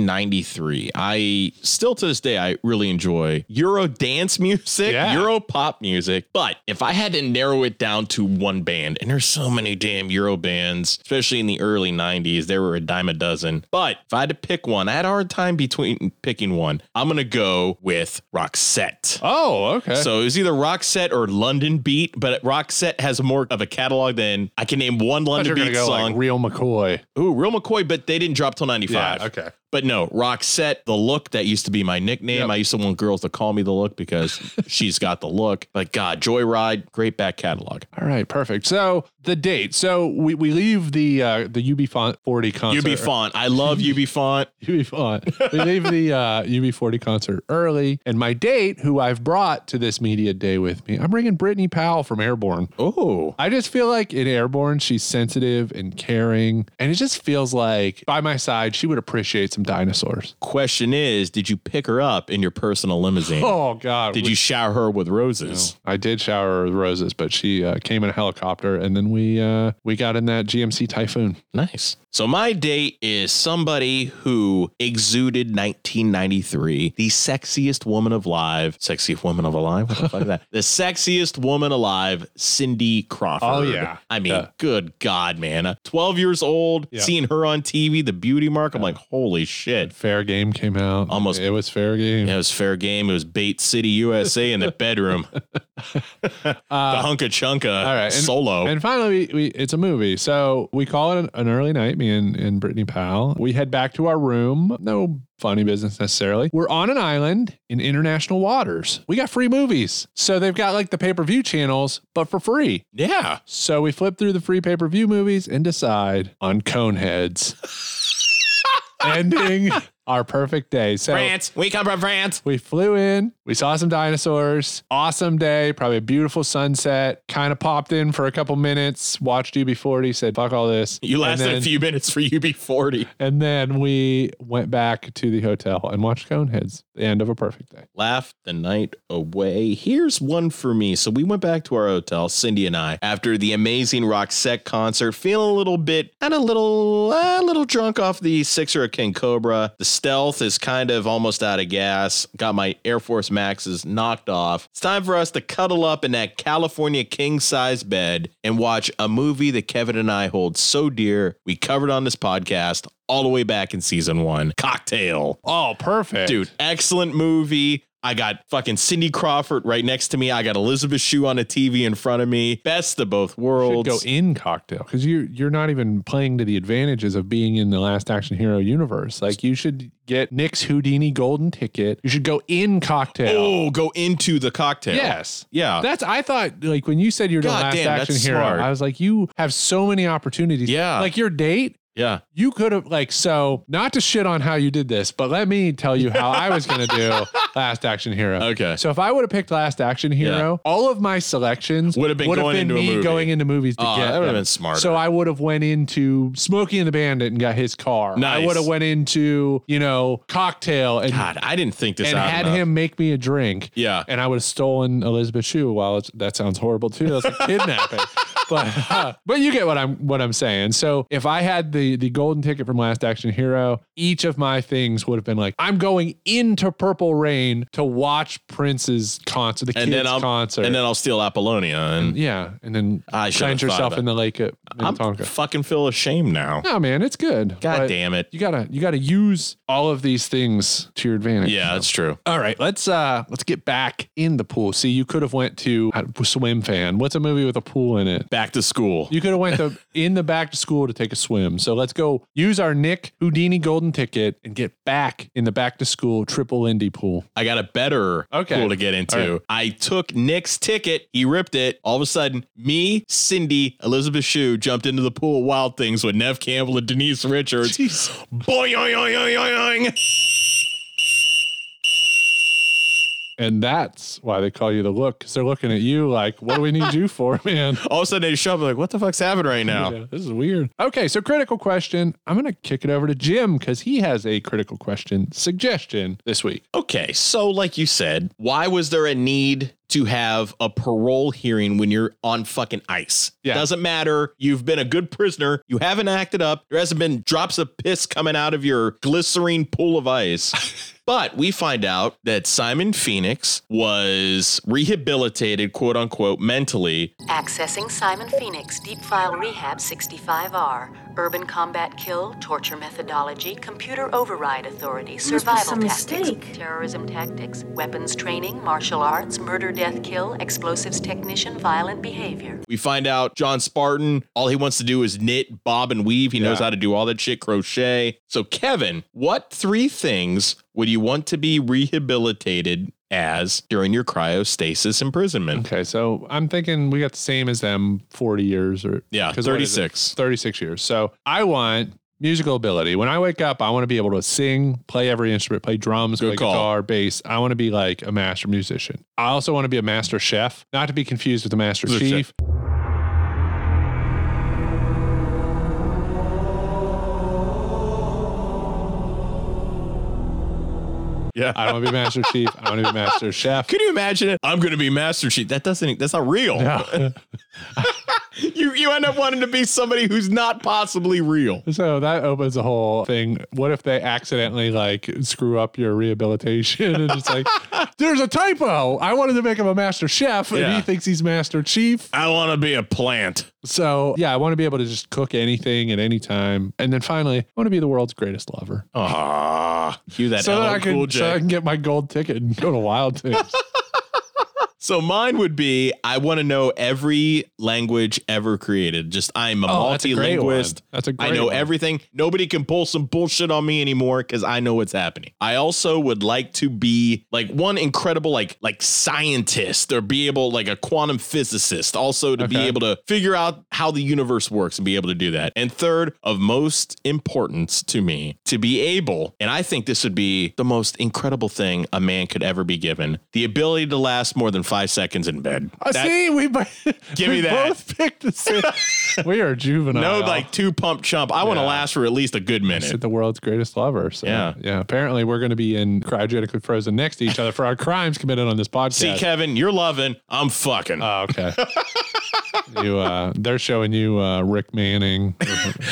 [SPEAKER 8] 1993, I still to this day I really enjoy Euro dance music, Euro pop music. But if I had to narrow it down to one band, and there's so many damn Euro bands, especially in the early 90s, there were a dime a dozen. But if I had to pick one, I had a hard time between picking one. I'm gonna go with Roxette.
[SPEAKER 4] Oh, okay.
[SPEAKER 8] So it was either Roxette or London Beat, but Roxette has more of a catalog than I can name one
[SPEAKER 4] Thought you
[SPEAKER 8] London
[SPEAKER 4] were gonna
[SPEAKER 8] Beat
[SPEAKER 4] go, like,
[SPEAKER 8] song.
[SPEAKER 4] Real McCoy.
[SPEAKER 8] Ooh, Real McCoy, but they didn't drop till 95.
[SPEAKER 4] Yeah, okay.
[SPEAKER 8] But no, Roxette, the look, that used to be my nickname. I used to want girls to call me the look because she's got the look. But God, Joyride, great back catalog.
[SPEAKER 4] All right, perfect. So the date. So we, we leave the uh, the UB font 40 concert.
[SPEAKER 8] UB Font. I love UB Font.
[SPEAKER 4] UB Font. We leave the uh, UB40 concert early, and my date, who I've brought to this media day with me, I'm bringing Brittany Powell from Airborne.
[SPEAKER 8] Oh,
[SPEAKER 4] I just feel like in Airborne, she's sensitive and caring, and it just feels like by my side, she would appreciate some dinosaurs.
[SPEAKER 8] Question is, did you pick her up in your personal limousine?
[SPEAKER 4] Oh God!
[SPEAKER 8] Did you shower her with roses?
[SPEAKER 4] I did shower her with roses, but she uh, came in a helicopter, and then we uh, we got in that GMC Typhoon.
[SPEAKER 8] Nice. So my date is somebody who exuded 1993, the sexiest woman alive, sexiest woman of alive. What the fuck is that? The sexiest woman alive, Cindy Crawford.
[SPEAKER 4] Oh, yeah.
[SPEAKER 8] I mean, good God, man. Uh, 12 years old,
[SPEAKER 4] Yeah.
[SPEAKER 8] seeing her on TV, the beauty mark. I'm like, holy shit.
[SPEAKER 4] Fair game came out.
[SPEAKER 8] Almost.
[SPEAKER 4] It was fair game.
[SPEAKER 8] Yeah, it was fair game. It was Bait City, USA in the bedroom. the hunka chunka
[SPEAKER 4] Uh, All right, and-
[SPEAKER 8] solo.
[SPEAKER 4] And finally, we, we it's a movie, so we call it an, an early night. Me and and Brittany Powell. We head back to our room. No funny business necessarily. We're on an island in international waters. We got free movies, so they've got like the pay per view channels, but for free.
[SPEAKER 8] yeah.
[SPEAKER 4] So we flip through the free pay per view movies and decide on Coneheads. Ending our perfect day. So
[SPEAKER 8] France. We come from France.
[SPEAKER 4] we flew in, we saw some dinosaurs, awesome day, probably a beautiful sunset. Kind of popped in for a couple minutes, watched UB40, said, fuck all this.
[SPEAKER 8] You
[SPEAKER 4] And
[SPEAKER 8] lasted a
[SPEAKER 4] then-
[SPEAKER 8] few minutes for UB40.
[SPEAKER 4] And then we went back to the hotel and watched Coneheads, the end of a perfect day.
[SPEAKER 8] Laugh the night away. Here's one for me. So we went back to our hotel, Cindy and I, after the amazing Roxette concert, feeling a little bit, kind of little, a little drunk off the Sixer of King Cobra. The stealth is kind of almost out of gas. Got my Air Force Maxes knocked off. It's time for us to cuddle up in that California king size bed and watch a movie that Kevin and I hold so dear. We covered on this podcast all the way back in season one Cocktail.
[SPEAKER 4] Oh, perfect.
[SPEAKER 8] Dude, excellent movie. I got fucking Cindy Crawford right next to me. I got Elizabeth Shue on a TV in front of me. Best of both
[SPEAKER 4] Should
[SPEAKER 8] worlds.
[SPEAKER 4] go in cocktail because you you're not even playing to the advantages of being in the Last Action Hero universe. Like you should get Nick's Houdini golden ticket. You should go in cocktail.
[SPEAKER 8] Oh, go into the cocktail.
[SPEAKER 4] Yes.
[SPEAKER 8] Yeah.
[SPEAKER 4] That's I thought like when you said you're the
[SPEAKER 8] God
[SPEAKER 4] last
[SPEAKER 8] damn,
[SPEAKER 4] action
[SPEAKER 8] that's
[SPEAKER 4] hero,
[SPEAKER 8] smart.
[SPEAKER 4] I was like, you have so many opportunities.
[SPEAKER 8] Yeah.
[SPEAKER 4] Like your date.
[SPEAKER 8] Yeah.
[SPEAKER 4] You could have like so not to shit on how you did this, but let me tell you how I was gonna do Last Action Hero.
[SPEAKER 8] Okay.
[SPEAKER 4] So if I would have picked Last Action Hero, all of my selections
[SPEAKER 8] Would have been going into a
[SPEAKER 4] me
[SPEAKER 8] movie.
[SPEAKER 4] going into movies to
[SPEAKER 8] Oh,
[SPEAKER 4] get
[SPEAKER 8] that would have
[SPEAKER 4] them.
[SPEAKER 8] been smarter.
[SPEAKER 4] So I would have went into Smokey and the Bandit and got his car.
[SPEAKER 8] Nice.
[SPEAKER 4] I would have went into you know Cocktail and
[SPEAKER 8] God, I didn't think this
[SPEAKER 4] and
[SPEAKER 8] out
[SPEAKER 4] had
[SPEAKER 8] enough.
[SPEAKER 4] him make me a drink.
[SPEAKER 8] Yeah.
[SPEAKER 4] And I would have stolen Elizabeth Shue. While it's, that sounds horrible too. That's like kidnapping. but uh, but you get what I'm what I'm saying. So if I had the the golden ticket from Last Action Hero, each of my things would have been like I'm going into Purple Rain to watch Prince's concert, the kids
[SPEAKER 8] and then I'll
[SPEAKER 4] concert,
[SPEAKER 8] and then I'll steal Apollonia and,
[SPEAKER 4] yeah, and then
[SPEAKER 8] I should
[SPEAKER 4] plunge yourself in the lake at
[SPEAKER 8] I'm
[SPEAKER 4] Minnetonka.
[SPEAKER 8] fucking feel ashamed now.
[SPEAKER 4] No, man, it's good. God
[SPEAKER 8] damn it!
[SPEAKER 4] You gotta you gotta use all of these things to your advantage.
[SPEAKER 8] Yeah, that's true.
[SPEAKER 4] All right, let's uh let's get back in the pool. See, you could have went to uh, Swim Fan. What's a movie with a pool in it?
[SPEAKER 8] Back to school.
[SPEAKER 4] You could have went to in the back to school to take a swim. So let's go use our Nick Houdini golden ticket and get back in the back to school triple Indy pool.
[SPEAKER 8] I got a better
[SPEAKER 4] Okay.
[SPEAKER 8] pool to get
[SPEAKER 4] All
[SPEAKER 8] into.
[SPEAKER 4] right.
[SPEAKER 8] I took Nick's ticket. He ripped it. All of a sudden, me, Cindy, Elizabeth Shue jumped into the pool of wild things with Nev Campbell and Denise Richards. Boing, oing, oing, oing, oing, oing.
[SPEAKER 4] And that's why they call you the look. Cause they're looking at you like, what do we need you for, man?
[SPEAKER 8] All of a sudden they show up like, what the fuck's happening right now?
[SPEAKER 4] Yeah, this is weird. Okay, so critical question. I'm going to kick it over to Jim because he has a critical question suggestion this week.
[SPEAKER 8] Okay, so like you said, why was there a need to have a parole hearing when you're on fucking ice?
[SPEAKER 4] Yeah.
[SPEAKER 8] Doesn't matter. You've been a good prisoner. You haven't acted up. There hasn't been drops of piss coming out of your glycerine pool of ice. but we find out that Simon Phoenix was rehabilitated, quote unquote, mentally
[SPEAKER 11] Accessing Simon Phoenix Deep File Rehab 65R, Urban Combat Kill, Torture Methodology, Computer Override Authority,
[SPEAKER 9] There must be
[SPEAKER 11] Survival
[SPEAKER 9] some
[SPEAKER 11] Tactics, Terrorism Tactics, Weapons Training, Martial Arts, Murder Death Kill, Explosives Technician, Violent Behavior.
[SPEAKER 8] We find out John Spartan, all he wants to do is knit, bob, and weave. He knows
[SPEAKER 11] Yeah.
[SPEAKER 8] how to do all that shit, crochet. So, Kevin, what three things would you want to be rehabilitated as during your cryostasis imprisonment?
[SPEAKER 4] Okay, so I'm thinking we got the same as them 40 years or
[SPEAKER 8] Yeah,
[SPEAKER 4] 'cause what is it?
[SPEAKER 8] 36.
[SPEAKER 4] 36 years. So I want musical ability. When I wake up, I want to be able to sing, play every instrument, play drums, play
[SPEAKER 8] call.
[SPEAKER 4] guitar, bass. I want to be like a master musician. I also want to be a master chef, not to be confused with the master
[SPEAKER 8] Master chef.
[SPEAKER 4] chief.
[SPEAKER 8] Yeah.
[SPEAKER 4] I don't want to be master chief. I want to be master chef.
[SPEAKER 8] Can you imagine it? I'm going to be master chief. That doesn't, e, that's not real. you, you end up wanting to be somebody who's not possibly real.
[SPEAKER 4] So that opens a whole thing. What if they accidentally like screw up your rehabilitation and it's like, there's a typo. I wanted to make him a master chef and
[SPEAKER 8] Yeah.
[SPEAKER 4] he thinks he's master chief.
[SPEAKER 8] I want to be a plant.
[SPEAKER 4] So yeah, I want to be able to just cook anything at any time. And then finally, I want to be the world's greatest lover.
[SPEAKER 8] Ah, you Oh, that LL
[SPEAKER 4] I can,
[SPEAKER 8] Cool
[SPEAKER 4] so
[SPEAKER 8] J.
[SPEAKER 4] I can get my gold ticket and go to Wild Things.
[SPEAKER 8] So mine would be I want to know every language ever created. Just I'm a
[SPEAKER 4] Oh, that's a great one.
[SPEAKER 8] multilinguist.
[SPEAKER 4] That's a
[SPEAKER 8] I
[SPEAKER 4] great
[SPEAKER 8] know
[SPEAKER 4] one.
[SPEAKER 8] everything. Nobody can pull some bullshit on me anymore because I know what's happening. I also would like to be like one incredible like like scientist or be able like a quantum physicist. Also to be
[SPEAKER 4] Okay.
[SPEAKER 8] able to figure out how the universe works and be able to do that. And third, of most importance to me, to be able, and I think this would be the most incredible thing a man could ever be given, the ability to last more than five seconds in bed.
[SPEAKER 4] I
[SPEAKER 8] That-
[SPEAKER 4] see. We, bo-
[SPEAKER 8] Give me
[SPEAKER 4] we
[SPEAKER 8] that.
[SPEAKER 4] both picked the same. we are juvenile.
[SPEAKER 8] No, like two pump chump. I want to
[SPEAKER 4] Yeah.
[SPEAKER 8] last for at least a good
[SPEAKER 4] I said
[SPEAKER 8] minute.
[SPEAKER 4] the world's greatest lover. So yeah, yeah. Apparently, we're going to be in cryogenically frozen next to each other for our crimes committed on this podcast.
[SPEAKER 8] See, Kevin, you're loving. I'm fucking.
[SPEAKER 4] Oh, okay. you, uh, they're showing you uh, Rick Manning.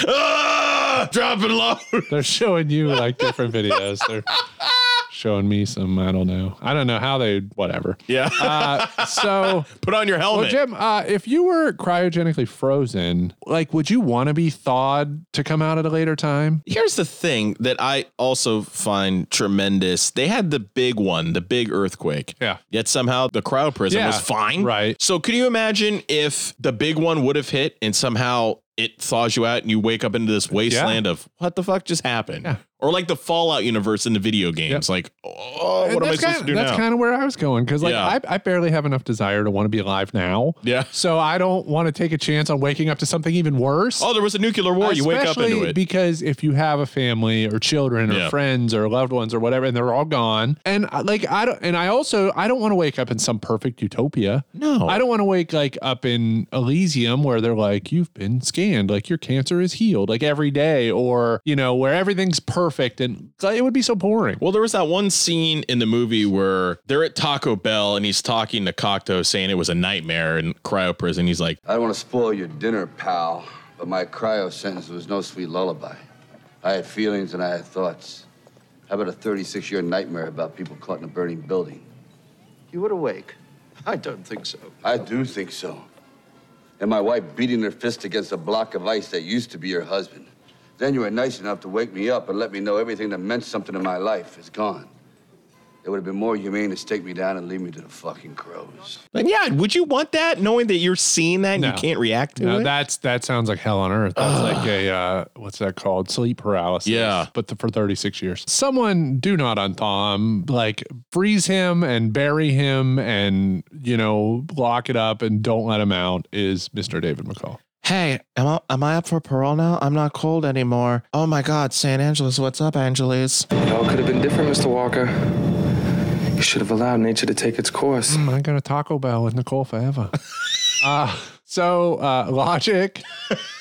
[SPEAKER 8] Ah, dropping low.
[SPEAKER 4] they're showing you like different videos. They're showing me some. I don't know. I don't know how they. Whatever.
[SPEAKER 8] Yeah.
[SPEAKER 4] Uh, so
[SPEAKER 8] put on your helmet.
[SPEAKER 4] Well, Jim, uh, if you were cryogenically frozen, like, would you want to be thawed to come out at a later time?
[SPEAKER 8] Here's the thing that I also find tremendous. They had the big one, the big earthquake.
[SPEAKER 4] Yeah.
[SPEAKER 8] Yet somehow the cryo prison was
[SPEAKER 4] Yeah,
[SPEAKER 8] fine. Right. So could you imagine if the big one would have hit and somehow it thaws you out and you wake up into this wasteland of what the fuck just happened? Or like the Fallout universe in the video games. Like, oh, what
[SPEAKER 4] And
[SPEAKER 8] am I
[SPEAKER 4] that's
[SPEAKER 8] supposed
[SPEAKER 4] kinda-
[SPEAKER 8] to do
[SPEAKER 4] That's
[SPEAKER 8] now?
[SPEAKER 4] kind of where I was going because, like,
[SPEAKER 8] Yeah.
[SPEAKER 4] I, I barely have enough desire to want to be alive now.
[SPEAKER 8] Yeah.
[SPEAKER 4] So I don't want to take a chance on waking up to something even worse.
[SPEAKER 8] oh, there was a nuclear war. You wake up into
[SPEAKER 4] Especially
[SPEAKER 8] it.
[SPEAKER 4] because if you have a family or children or
[SPEAKER 8] Yeah.
[SPEAKER 4] friends or loved ones or whatever, and they're all gone, and uh, like I don't, and I also I don't want to wake up in some perfect utopia.
[SPEAKER 8] No.
[SPEAKER 4] I don't want to wake like up in Elysium where they're like, you've been scanned, like your cancer is healed, like every day, or you know where everything's perfect and it would be so boring.
[SPEAKER 8] Well, there was that one scene in the movie where they're at Taco Bell and he's talking to Cocteau saying it was a nightmare in cryo prison. He's like,
[SPEAKER 2] I don't want to spoil your dinner, pal, but my cryo sentence was no sweet lullaby. I had feelings and I had thoughts. How about a 36 year nightmare about people caught in a burning building?
[SPEAKER 7] You were awake. I don't think so.
[SPEAKER 2] I do think so. And my wife beating her fist against a block of ice that used to be her husband. Then you were nice enough to wake me up and let me know everything that meant something in my life is gone. It would have been more humane to stake me down and leave me to the fucking crows.
[SPEAKER 8] like yeah, would you want that knowing that you're seeing that and you can't react to
[SPEAKER 4] No,
[SPEAKER 8] it?
[SPEAKER 4] that's that sounds like hell on earth. That's like a uh, what's that called? Sleep paralysis. Yeah, but th- for thirty six years. Someone do not unthaw him. Like freeze him and bury him, and you know lock it up and don't let him out. Is Mister David McCall?
[SPEAKER 10] Hey, am I am I up for parole now? I'm not cold anymore. Oh my God, San Angeles, what's up, Angeles?
[SPEAKER 12] It all could have been different, Mr. Walker. You should have allowed nature to take its course.
[SPEAKER 4] Mm, I got a Taco Bell with Nicole forever. uh, so uh, logic.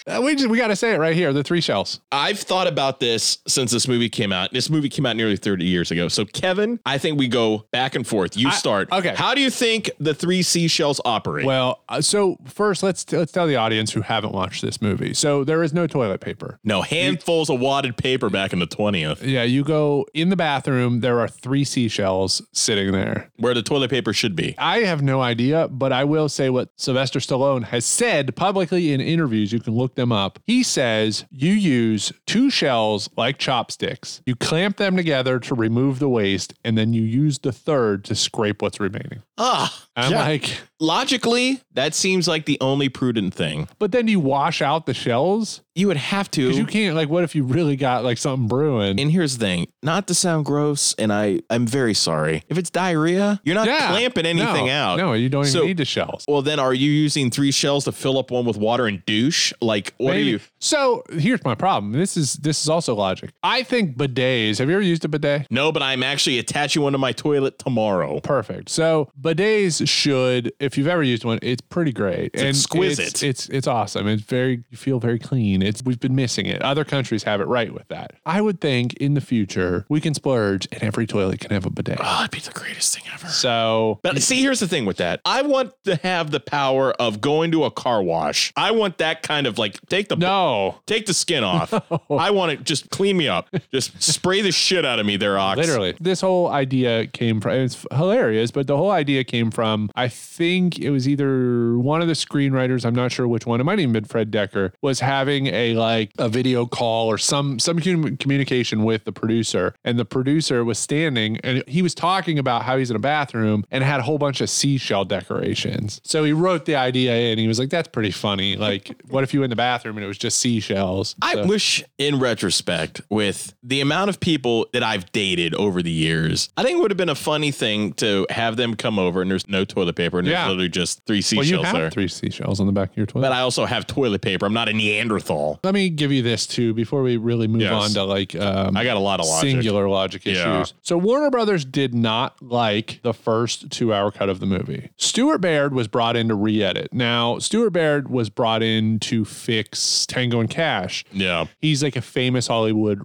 [SPEAKER 4] Uh, we just, we got to say it right here. The three shells.
[SPEAKER 8] I've thought about this since this movie came out. This movie came out nearly 30 years ago. So, Kevin, I think we go back and forth. You start.
[SPEAKER 4] okay.
[SPEAKER 8] How do you think the three seashells operate?
[SPEAKER 4] Well, uh, so first let's let's tell the audience who haven't watched this movie. So there is no toilet paper.
[SPEAKER 8] no, handfuls of wadded paper back in the 20th
[SPEAKER 4] Yeah, you go in the bathroom. There are three seashells sitting there.
[SPEAKER 8] where the toilet paper should be.
[SPEAKER 4] I have no idea, but I will say what Sylvester Stallone has said publicly in interviews. You can look them up. He says you use two shells like chopsticks. You clamp them together to remove the waste, and then you use the third to scrape what's remaining.
[SPEAKER 8] Ah,
[SPEAKER 4] I'm like-
[SPEAKER 8] logically, that seems like the only prudent thing.
[SPEAKER 4] But then you wash out the shells.
[SPEAKER 8] You would have to.
[SPEAKER 4] 'Cause you can't. Like, what if you really got like something brewing?
[SPEAKER 8] And here's the thing, not to sound gross, and I I'm very sorry. If it's diarrhea, you're not
[SPEAKER 4] Yeah.
[SPEAKER 8] clamping anything
[SPEAKER 4] No,
[SPEAKER 8] out.
[SPEAKER 4] no, you don't even need the shells.
[SPEAKER 8] Well, then are you using three shells to fill up one with water and douche? Like what
[SPEAKER 4] Maybe.
[SPEAKER 8] are you?
[SPEAKER 4] So here's my problem. This is this is also logic. I think bidets. Have you ever used a bidet?
[SPEAKER 8] No, but I'm actually attaching one to my toilet tomorrow.
[SPEAKER 4] Perfect. So bidets should, if you've ever used one, it's pretty great.
[SPEAKER 8] It's exquisite.
[SPEAKER 4] It's, it's it's awesome. It's very you feel very clean. It's we've been missing it. Other countries have it right with that. I would think in the future we can splurge and every toilet can have a bidet.
[SPEAKER 8] Oh, it'd be the greatest thing ever.
[SPEAKER 4] So
[SPEAKER 8] But see, here's the thing with that. I want to have the power of going to a car wash. I want that kind of like take the no, take the skin off. I want it just clean me up. Just spray the shit out of me there, Ox.
[SPEAKER 4] Literally. This whole idea came from, it's hilarious, but the whole idea came from, I think it was either one of the screenwriters, I'm not sure which one, it might even been Fred Decker, was having a like a video call or some some com- communication with the producer. And the producer was standing and he was talking about how he's in a bathroom and had a whole bunch of seashell decorations. So he wrote the idea in. He was like, that's pretty funny. Like, what if you in the bathroom and it was just seashells?
[SPEAKER 8] I
[SPEAKER 4] So-
[SPEAKER 8] wish, in retrospect, with the amount of people that I've dated over the years, I think it would have been a funny thing to have them come over and there's no toilet paper and
[SPEAKER 4] Yeah.
[SPEAKER 8] there's literally just three
[SPEAKER 4] Well,
[SPEAKER 8] seashells
[SPEAKER 4] you have
[SPEAKER 8] there.
[SPEAKER 4] three seashells on the back of your toilet.
[SPEAKER 8] But I also have toilet paper. I'm not a Neanderthal.
[SPEAKER 4] Let me give you this too before we really move on to like um,
[SPEAKER 8] I got a lot of logic.
[SPEAKER 4] singular logic
[SPEAKER 8] Yeah.
[SPEAKER 4] issues. So Warner Brothers did not like the first two-hour cut of the movie. Stuart Baird was brought in to re-edit. Now Stuart Baird was brought in to fix Tango and Cash.
[SPEAKER 8] Yeah,
[SPEAKER 4] he's like a famous Hollywood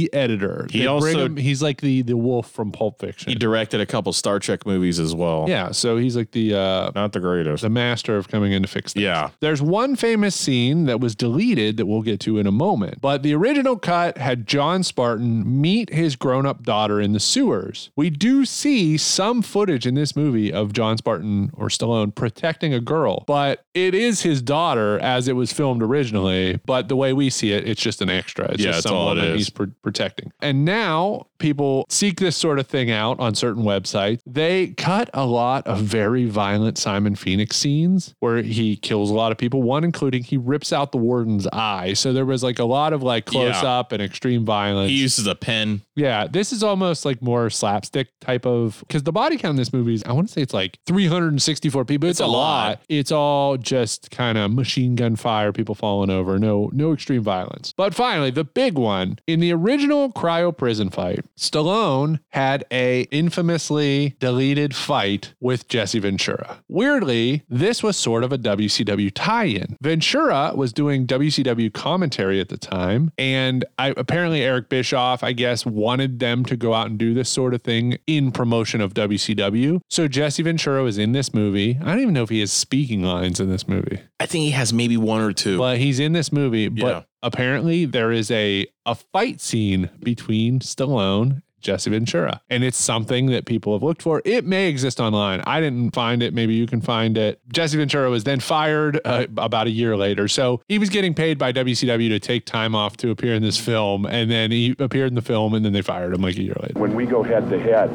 [SPEAKER 4] re-editor.
[SPEAKER 8] He
[SPEAKER 4] They bring
[SPEAKER 8] also-
[SPEAKER 4] him- he's like the the wolf from Pulp Fiction.
[SPEAKER 8] He directed a couple Star Trek movies as well.
[SPEAKER 4] Yeah, so he's like the uh
[SPEAKER 8] not the greatest,
[SPEAKER 4] the master of coming in to fix things.
[SPEAKER 8] Yeah.
[SPEAKER 4] There's one famous scene that was deleted that we'll get to in a moment, but the original cut had John Spartan meet his grown-up daughter in the sewers. We do see some footage in this movie of John Spartan or Stallone protecting a girl, but it is his daughter as it was filmed originally. But the way we see it, it's just an extra. It's
[SPEAKER 8] Yeah,
[SPEAKER 4] just
[SPEAKER 8] that's
[SPEAKER 4] some
[SPEAKER 8] all it
[SPEAKER 4] woman
[SPEAKER 8] is.
[SPEAKER 4] he's pr- protecting. And now people seek this sort of thing out on certain websites. They cut a lot of very violent Simon Phoenix scenes where he kills a lot of people, one including he rips out the warden's eye. So there was like a lot of like
[SPEAKER 8] Yeah.
[SPEAKER 4] close up and extreme violence.
[SPEAKER 8] He uses a pen.
[SPEAKER 4] yeah, this is almost like more slapstick type of because the body count in this movie is I want to say it's like 364 people. It's, a lot. It's all just kind of machine gun fire, people falling over, no no no extreme violence. But finally, the big one in the original cryo prison fight, Stallone had a infamously deleted fight with Jesse Ventura. Weirdly, this was sort of a WCW tie-in. Ventura was doing WCW commentary at the time, and I apparently Eric Bischoff, I guess, wanted them to go out and do this sort of thing in promotion of WCW. So Jesse Ventura was in this movie. I don't even know if he has speaking lines in this movie.
[SPEAKER 8] I think he has maybe one or two.
[SPEAKER 4] But he's in this movie. But
[SPEAKER 8] Yeah.
[SPEAKER 4] apparently there is a a fight scene between Stallone. Jesse Ventura. And it's something that people have looked for. It may exist online. I didn't find it. Maybe you can find it. Jesse Ventura was then fired uh, about a year later. So he was getting paid by WCW to take time off to appear in this film. And then he appeared in the film and then they fired him like a year later.
[SPEAKER 14] When we go head to head.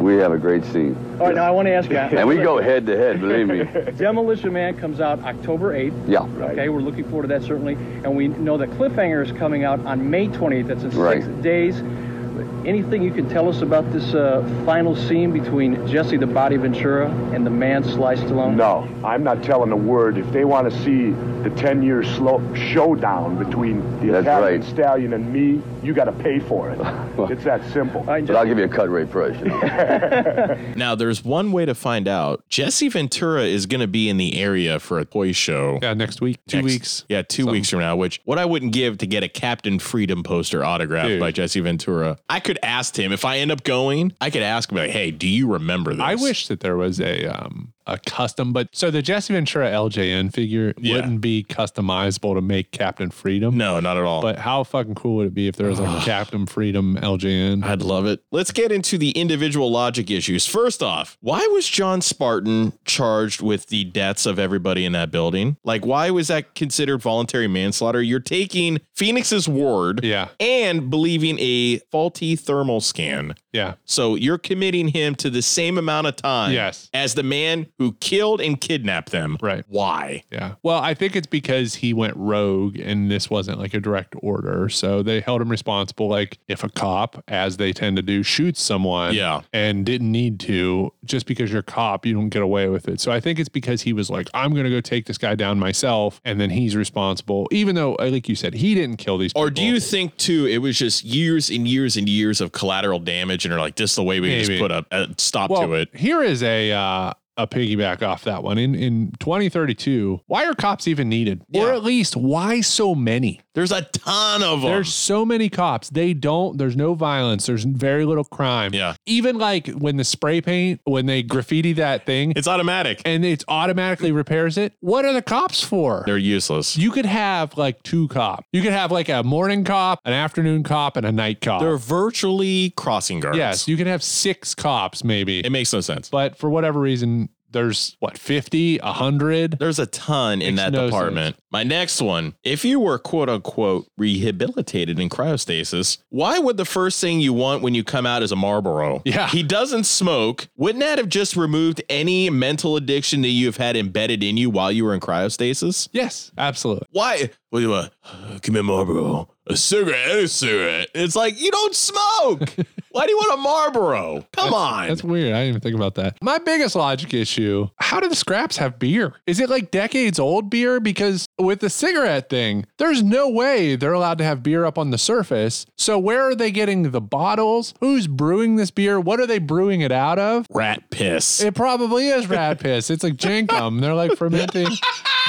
[SPEAKER 2] We have a great scene.
[SPEAKER 14] All right, now I want to ask you.
[SPEAKER 2] And we go head to head, believe me.
[SPEAKER 14] Demolition Man comes out October 8th.
[SPEAKER 2] Yeah.
[SPEAKER 14] Okay, we're looking forward to that certainly. And we know that Cliffhanger is coming out on May 28th. That's in
[SPEAKER 2] Right.
[SPEAKER 14] six days. Anything you can tell us about this uh, final scene between Jesse the Body Ventura and the man Sly Stallone? No. I'm not telling a word. If they want to see the 10 year slow showdown between the That's Italian right. stallion and me, you got to pay for it. it's that simple.
[SPEAKER 2] But I'll give you a cut rate price. You know?
[SPEAKER 8] Now, there's one way to find out. Jesse Ventura is going to be in the area for a toy show.
[SPEAKER 4] Yeah, next week.
[SPEAKER 8] Two weeks. Yeah, two weeks from now, which what I wouldn't give to get a Captain Freedom poster autographed by Jesse Ventura. I could ask him if I end up going, I could ask him, like, hey, do you remember this?
[SPEAKER 4] I wish that there was a um a custom, but so the Jesse Ventura LJN figure wouldn't be customizable to make Captain Freedom.
[SPEAKER 8] No, not at all.
[SPEAKER 4] But how fucking cool would it be if there was like a Captain Freedom LJN?
[SPEAKER 8] I'd love it. Let's get into the individual logic issues. First off, why was John Spartan charged with the deaths of everybody in that building? Like, why was that considered voluntary manslaughter? You're taking Phoenix's ward
[SPEAKER 4] yeah.
[SPEAKER 8] and believing a faulty thermal scan.
[SPEAKER 4] Yeah.
[SPEAKER 8] So you're committing him to the same amount of time
[SPEAKER 4] Yes.
[SPEAKER 8] as the man who killed and kidnapped them.
[SPEAKER 4] Right.
[SPEAKER 8] Why?
[SPEAKER 4] Yeah. Well, I think it's because he went rogue and this wasn't like a direct order. So they held him responsible. Like if a cop, as they tend to do, shoots someone
[SPEAKER 8] Yeah.
[SPEAKER 4] and didn't need to, just because you're a cop, you don't get away with it. So I think it's because he was like, I'm going to go take this guy down myself. And then he's responsible, even though, uh, like you said, he didn't kill these people.
[SPEAKER 8] Or do you think too it was just years and years and years of collateral damage and are like this is the way we can just
[SPEAKER 4] Maybe.
[SPEAKER 8] put a, a stop to it?
[SPEAKER 4] Here is a uh, a piggyback off that one. In in 2032, why are cops even needed? Or at least why so many?
[SPEAKER 8] There's a ton of them.
[SPEAKER 4] There's so many cops. They don't. There's no violence. There's very little crime.
[SPEAKER 8] Yeah.
[SPEAKER 4] Even like when the spray paint, when they graffiti that thing,
[SPEAKER 8] it's automatic,
[SPEAKER 4] and it automatically repairs it. What are the cops for?
[SPEAKER 8] They're useless.
[SPEAKER 4] You could have like two cops. You could have like a morning cop, an afternoon cop, and a night cop.
[SPEAKER 8] They're virtually crossing guards.
[SPEAKER 4] Yes, you can have six cops, maybe. It
[SPEAKER 8] makes no sense.
[SPEAKER 4] But for whatever reason, there's what, 50, 100?
[SPEAKER 8] There's a ton in
[SPEAKER 4] Makes
[SPEAKER 8] that
[SPEAKER 4] no
[SPEAKER 8] department. My next one if you were quote unquote rehabilitated in cryostasis, why would the first thing you want when you come out is a Marlboro?
[SPEAKER 4] Yeah.
[SPEAKER 8] He doesn't smoke. Wouldn't that have just removed any mental addiction that you've had embedded in you while you were in cryostasis?
[SPEAKER 4] Yes, absolutely.
[SPEAKER 8] Why? What do you want? Give me a Marlboro. A cigarette, a cigarette. It's like, you don't smoke. why do you want a Marlboro? Come on.
[SPEAKER 4] That's weird. I didn't even think about that. My biggest logic issue how do the scraps have beer? Is it like decades old beer? Because with the cigarette thing, there's no way they're allowed to have beer up on the surface. So where are they getting the bottles? Who's brewing this beer? What are they brewing it out of?
[SPEAKER 8] Rat piss.
[SPEAKER 4] It probably is rat piss. It's like jankum. They're like fermenting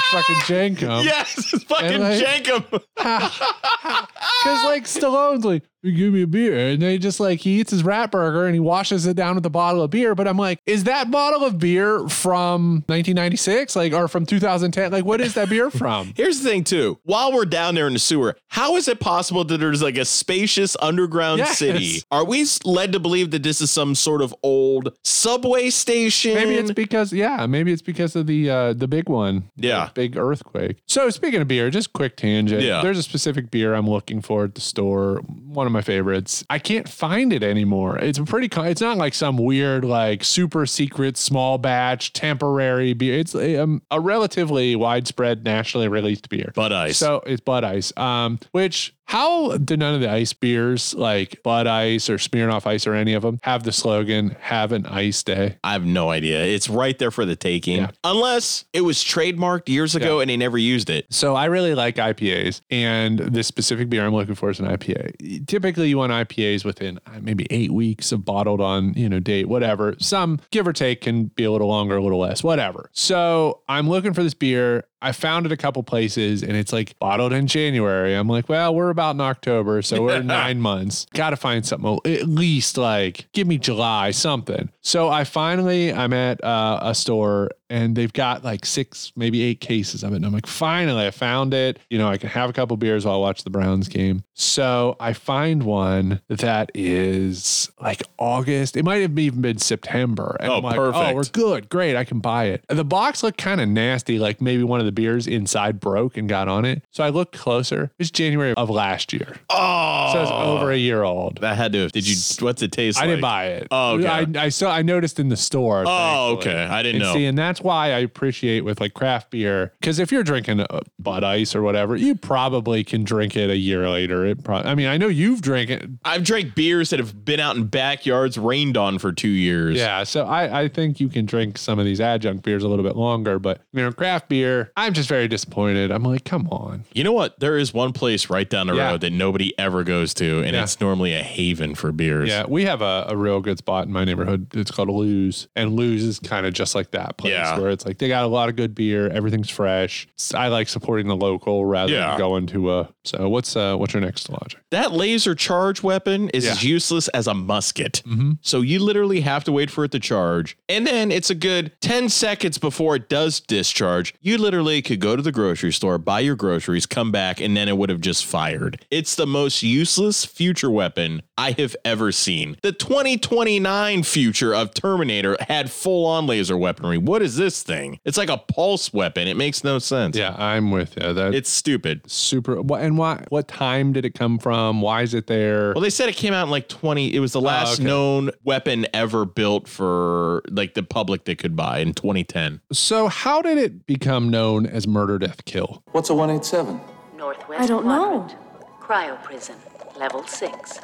[SPEAKER 4] fucking jankum.
[SPEAKER 8] Yes, it's
[SPEAKER 4] And,
[SPEAKER 8] fucking
[SPEAKER 4] like,
[SPEAKER 8] Jankum.
[SPEAKER 4] Because like Stallone's like, "You give me a beer, and they just like he eats his rat burger and he washes it down with a bottle of beer. But I'm like, is that bottle of beer from 1996, like, or from 2010? Like, what is that beer from?
[SPEAKER 8] Here's the thing, too. While we're down there in the sewer, how is it possible that there's like a spacious underground
[SPEAKER 4] Yes.
[SPEAKER 8] city? Are we s- led to believe that this is some sort of old subway station?
[SPEAKER 4] Maybe it's because yeah, maybe it's because of the uh, the big one,
[SPEAKER 8] yeah,
[SPEAKER 4] big earthquake. So speaking of beer, just quick tangent.
[SPEAKER 8] Yeah.
[SPEAKER 4] there's a specific beer I'm looking for at the store. One of my favorites. I can't find it anymore. It's a pretty. co- It's not like some weird, like super secret, small batch, temporary beer. It's a, um, a relatively widespread, nationally released beer. Bud Ice. So it's Bud Ice. Um, which how do none of the ice beers like Bud Ice or Smirnoff Ice or any of them have the slogan "Have an Ice Day"?
[SPEAKER 8] I have no idea. It's right there for the taking. Unless it was trademarked years ago and they never used it.
[SPEAKER 4] So I really like IPAs, and this specific beer I'm looking for is an IPA. Typically, you want IPAs within uh, maybe eight weeks of bottled on you know date, whatever. Some give or take can be a little longer, a little less, whatever. So I'm looking for this beer. I found it a couple places, and it's like bottled in January. I'm like, well, we're about in October, so we're nine months. Got to find something at least like give me July something. So I finally I'm at uh, a store and they've got like six, maybe eight cases of it. And I'm like, finally, I found it. You know, I can have a couple beers while I watch the Browns game. So I find one that is like August. It might have even been September. And
[SPEAKER 8] Oh,
[SPEAKER 4] I'm like,
[SPEAKER 8] perfect.
[SPEAKER 4] oh, we're good. Great. I can buy it. And the box looked kind of nasty, like maybe one of the beers inside broke and got on it. So I looked closer. It's January of last year.
[SPEAKER 8] Oh,
[SPEAKER 4] So it's over a year old.
[SPEAKER 8] That had to. Have, did you? What's it taste?
[SPEAKER 4] I
[SPEAKER 8] like?
[SPEAKER 4] didn't buy it.
[SPEAKER 8] Oh, okay.
[SPEAKER 4] I, I saw. I noticed in the store.
[SPEAKER 8] Oh,
[SPEAKER 4] thankfully.
[SPEAKER 8] okay. I didn't
[SPEAKER 4] And
[SPEAKER 8] know.
[SPEAKER 4] See, and that's why I appreciate with like craft beer because if you're drinking uh, Bud Ice or whatever, you probably can drink it a year later. It probably. I mean, I know you've drank it.
[SPEAKER 8] I've drank beers that have been out in backyards, rained on for two years.
[SPEAKER 4] Yeah, so I, I think you can drink some of these adjunct beers a little bit longer, but you know, craft beer, I'm just very disappointed. I'm like, come on.
[SPEAKER 8] You know what? There is one place right down the
[SPEAKER 4] Yeah.
[SPEAKER 8] road that nobody ever goes to, and
[SPEAKER 4] Yeah.
[SPEAKER 8] it's normally a haven for beers.
[SPEAKER 4] Yeah, we have a, a real good spot in my neighborhood. It's called Lou's, and Lou's is kind of just like that place where it's like they got a lot of good beer, everything's fresh. S- I like supporting the local rather
[SPEAKER 8] Yeah.
[SPEAKER 4] than going to a. So what's uh what's your next logic?
[SPEAKER 8] That laser charge weapon is as useless as a musket. So you literally have to wait for it to charge. And then it's a good 10 seconds before it does discharge. You literally could go to the grocery store, buy your groceries, come back, and then it would have just fired. It's the most useless future weapon I have ever seen. The 2029 future of Terminator had full on laser weaponry. What is this thing? It's like a pulse weapon. It makes no sense.
[SPEAKER 4] Yeah, I'm with you. That
[SPEAKER 8] it's stupid.
[SPEAKER 4] Super. What and why? What time did it come from? Why is it there?
[SPEAKER 8] Well, they said it came out in like 20. It was the last
[SPEAKER 4] Oh, okay.
[SPEAKER 8] known weapon ever built for like the public that could buy in 2010.
[SPEAKER 4] So how did it become known as murder, death, kill?
[SPEAKER 19] What's a 187?
[SPEAKER 11] Northwest
[SPEAKER 5] I don't
[SPEAKER 11] Quadrant. Cryo prison, level 6.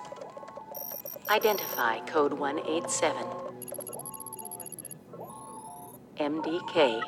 [SPEAKER 11] Identify code 187. MDK.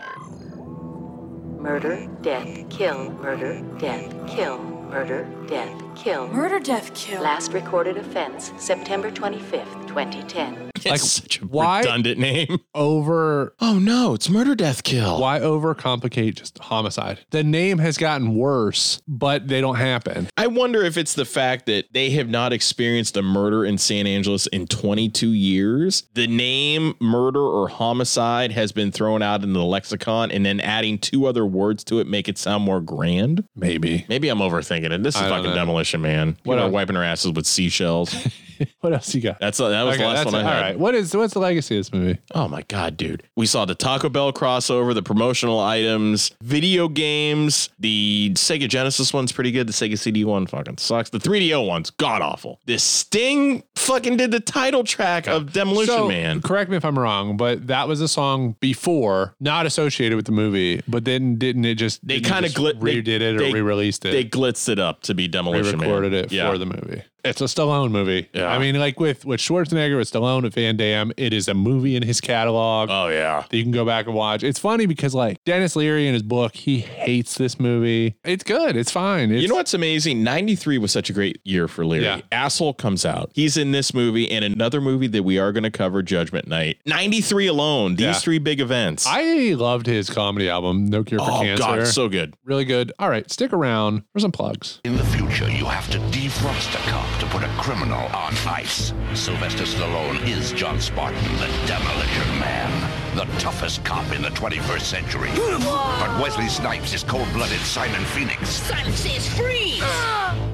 [SPEAKER 11] Murder, death, kill, murder, death, kill, murder, death, kill.
[SPEAKER 5] Murder, death, kill.
[SPEAKER 11] Last recorded offense, September 25th, 2010.
[SPEAKER 8] It's like, such a redundant name.
[SPEAKER 4] Over.
[SPEAKER 8] Oh no, it's murder, death, kill.
[SPEAKER 4] Why overcomplicate just homicide? The name has gotten worse, but they don't happen.
[SPEAKER 8] I wonder if it's the fact that they have not experienced a murder in San Angeles in 22 years. The name murder or homicide has been thrown out in the lexicon, and then adding two other words to it make it sound more grand.
[SPEAKER 4] Maybe.
[SPEAKER 8] Maybe I'm overthinking it. This is
[SPEAKER 4] I don't
[SPEAKER 8] fucking
[SPEAKER 4] know.
[SPEAKER 8] demolition, man. People
[SPEAKER 4] What
[SPEAKER 8] are
[SPEAKER 4] else?
[SPEAKER 8] wiping their asses with seashells.
[SPEAKER 4] What else you got?
[SPEAKER 8] That's that was
[SPEAKER 4] Okay,
[SPEAKER 8] the last
[SPEAKER 4] that's
[SPEAKER 8] one I
[SPEAKER 4] it.
[SPEAKER 8] had.
[SPEAKER 4] All right. What is what's the legacy of this movie?
[SPEAKER 8] Oh my god, dude. We saw the Taco Bell crossover, the promotional items, video games, the Sega Genesis one's pretty good, the Sega CD one fucking sucks. The 3DO one's god awful. This Sting fucking did the title track of Demolition
[SPEAKER 4] So,
[SPEAKER 8] Man.
[SPEAKER 4] Correct me if I'm wrong, but that was a song before, not associated with the movie, but then didn't it just
[SPEAKER 8] They
[SPEAKER 4] didn't
[SPEAKER 8] kind of
[SPEAKER 4] just
[SPEAKER 8] glit- they-
[SPEAKER 4] redid it or
[SPEAKER 8] they-
[SPEAKER 4] re-released it?
[SPEAKER 8] They glitzed it up to be Demolition Man.
[SPEAKER 4] Re-recorded it for the movie. It's a Stallone movie.
[SPEAKER 8] Yeah.
[SPEAKER 4] I mean, like with with Schwarzenegger, with Stallone, with Van Damme, it is a movie in his catalog.
[SPEAKER 8] Oh yeah,
[SPEAKER 4] that you can go back and watch. It's funny because like Dennis Leary in his book, he hates this movie. It's good. It's fine. It's,
[SPEAKER 8] you know what's amazing? 93 was such a great year for Leary.
[SPEAKER 4] Yeah.
[SPEAKER 8] Asshole comes out. He's in this movie and another movie that we are going to cover, Judgment Night. 93 alone, these
[SPEAKER 4] Yeah.
[SPEAKER 8] three big events.
[SPEAKER 4] I loved his comedy album, No Cure for
[SPEAKER 8] Oh,
[SPEAKER 4] Cancer.
[SPEAKER 8] God, so good.
[SPEAKER 4] Really good. All right, stick around for some plugs.
[SPEAKER 17] In the future, you have to defrost a cop to put a criminal on ice. Sylvester Stallone is John Spartan, the Demolition Man, the toughest cop in the 21st century. But Wesley Snipes is cold-blooded Simon Phoenix.
[SPEAKER 20] Simon says freeze!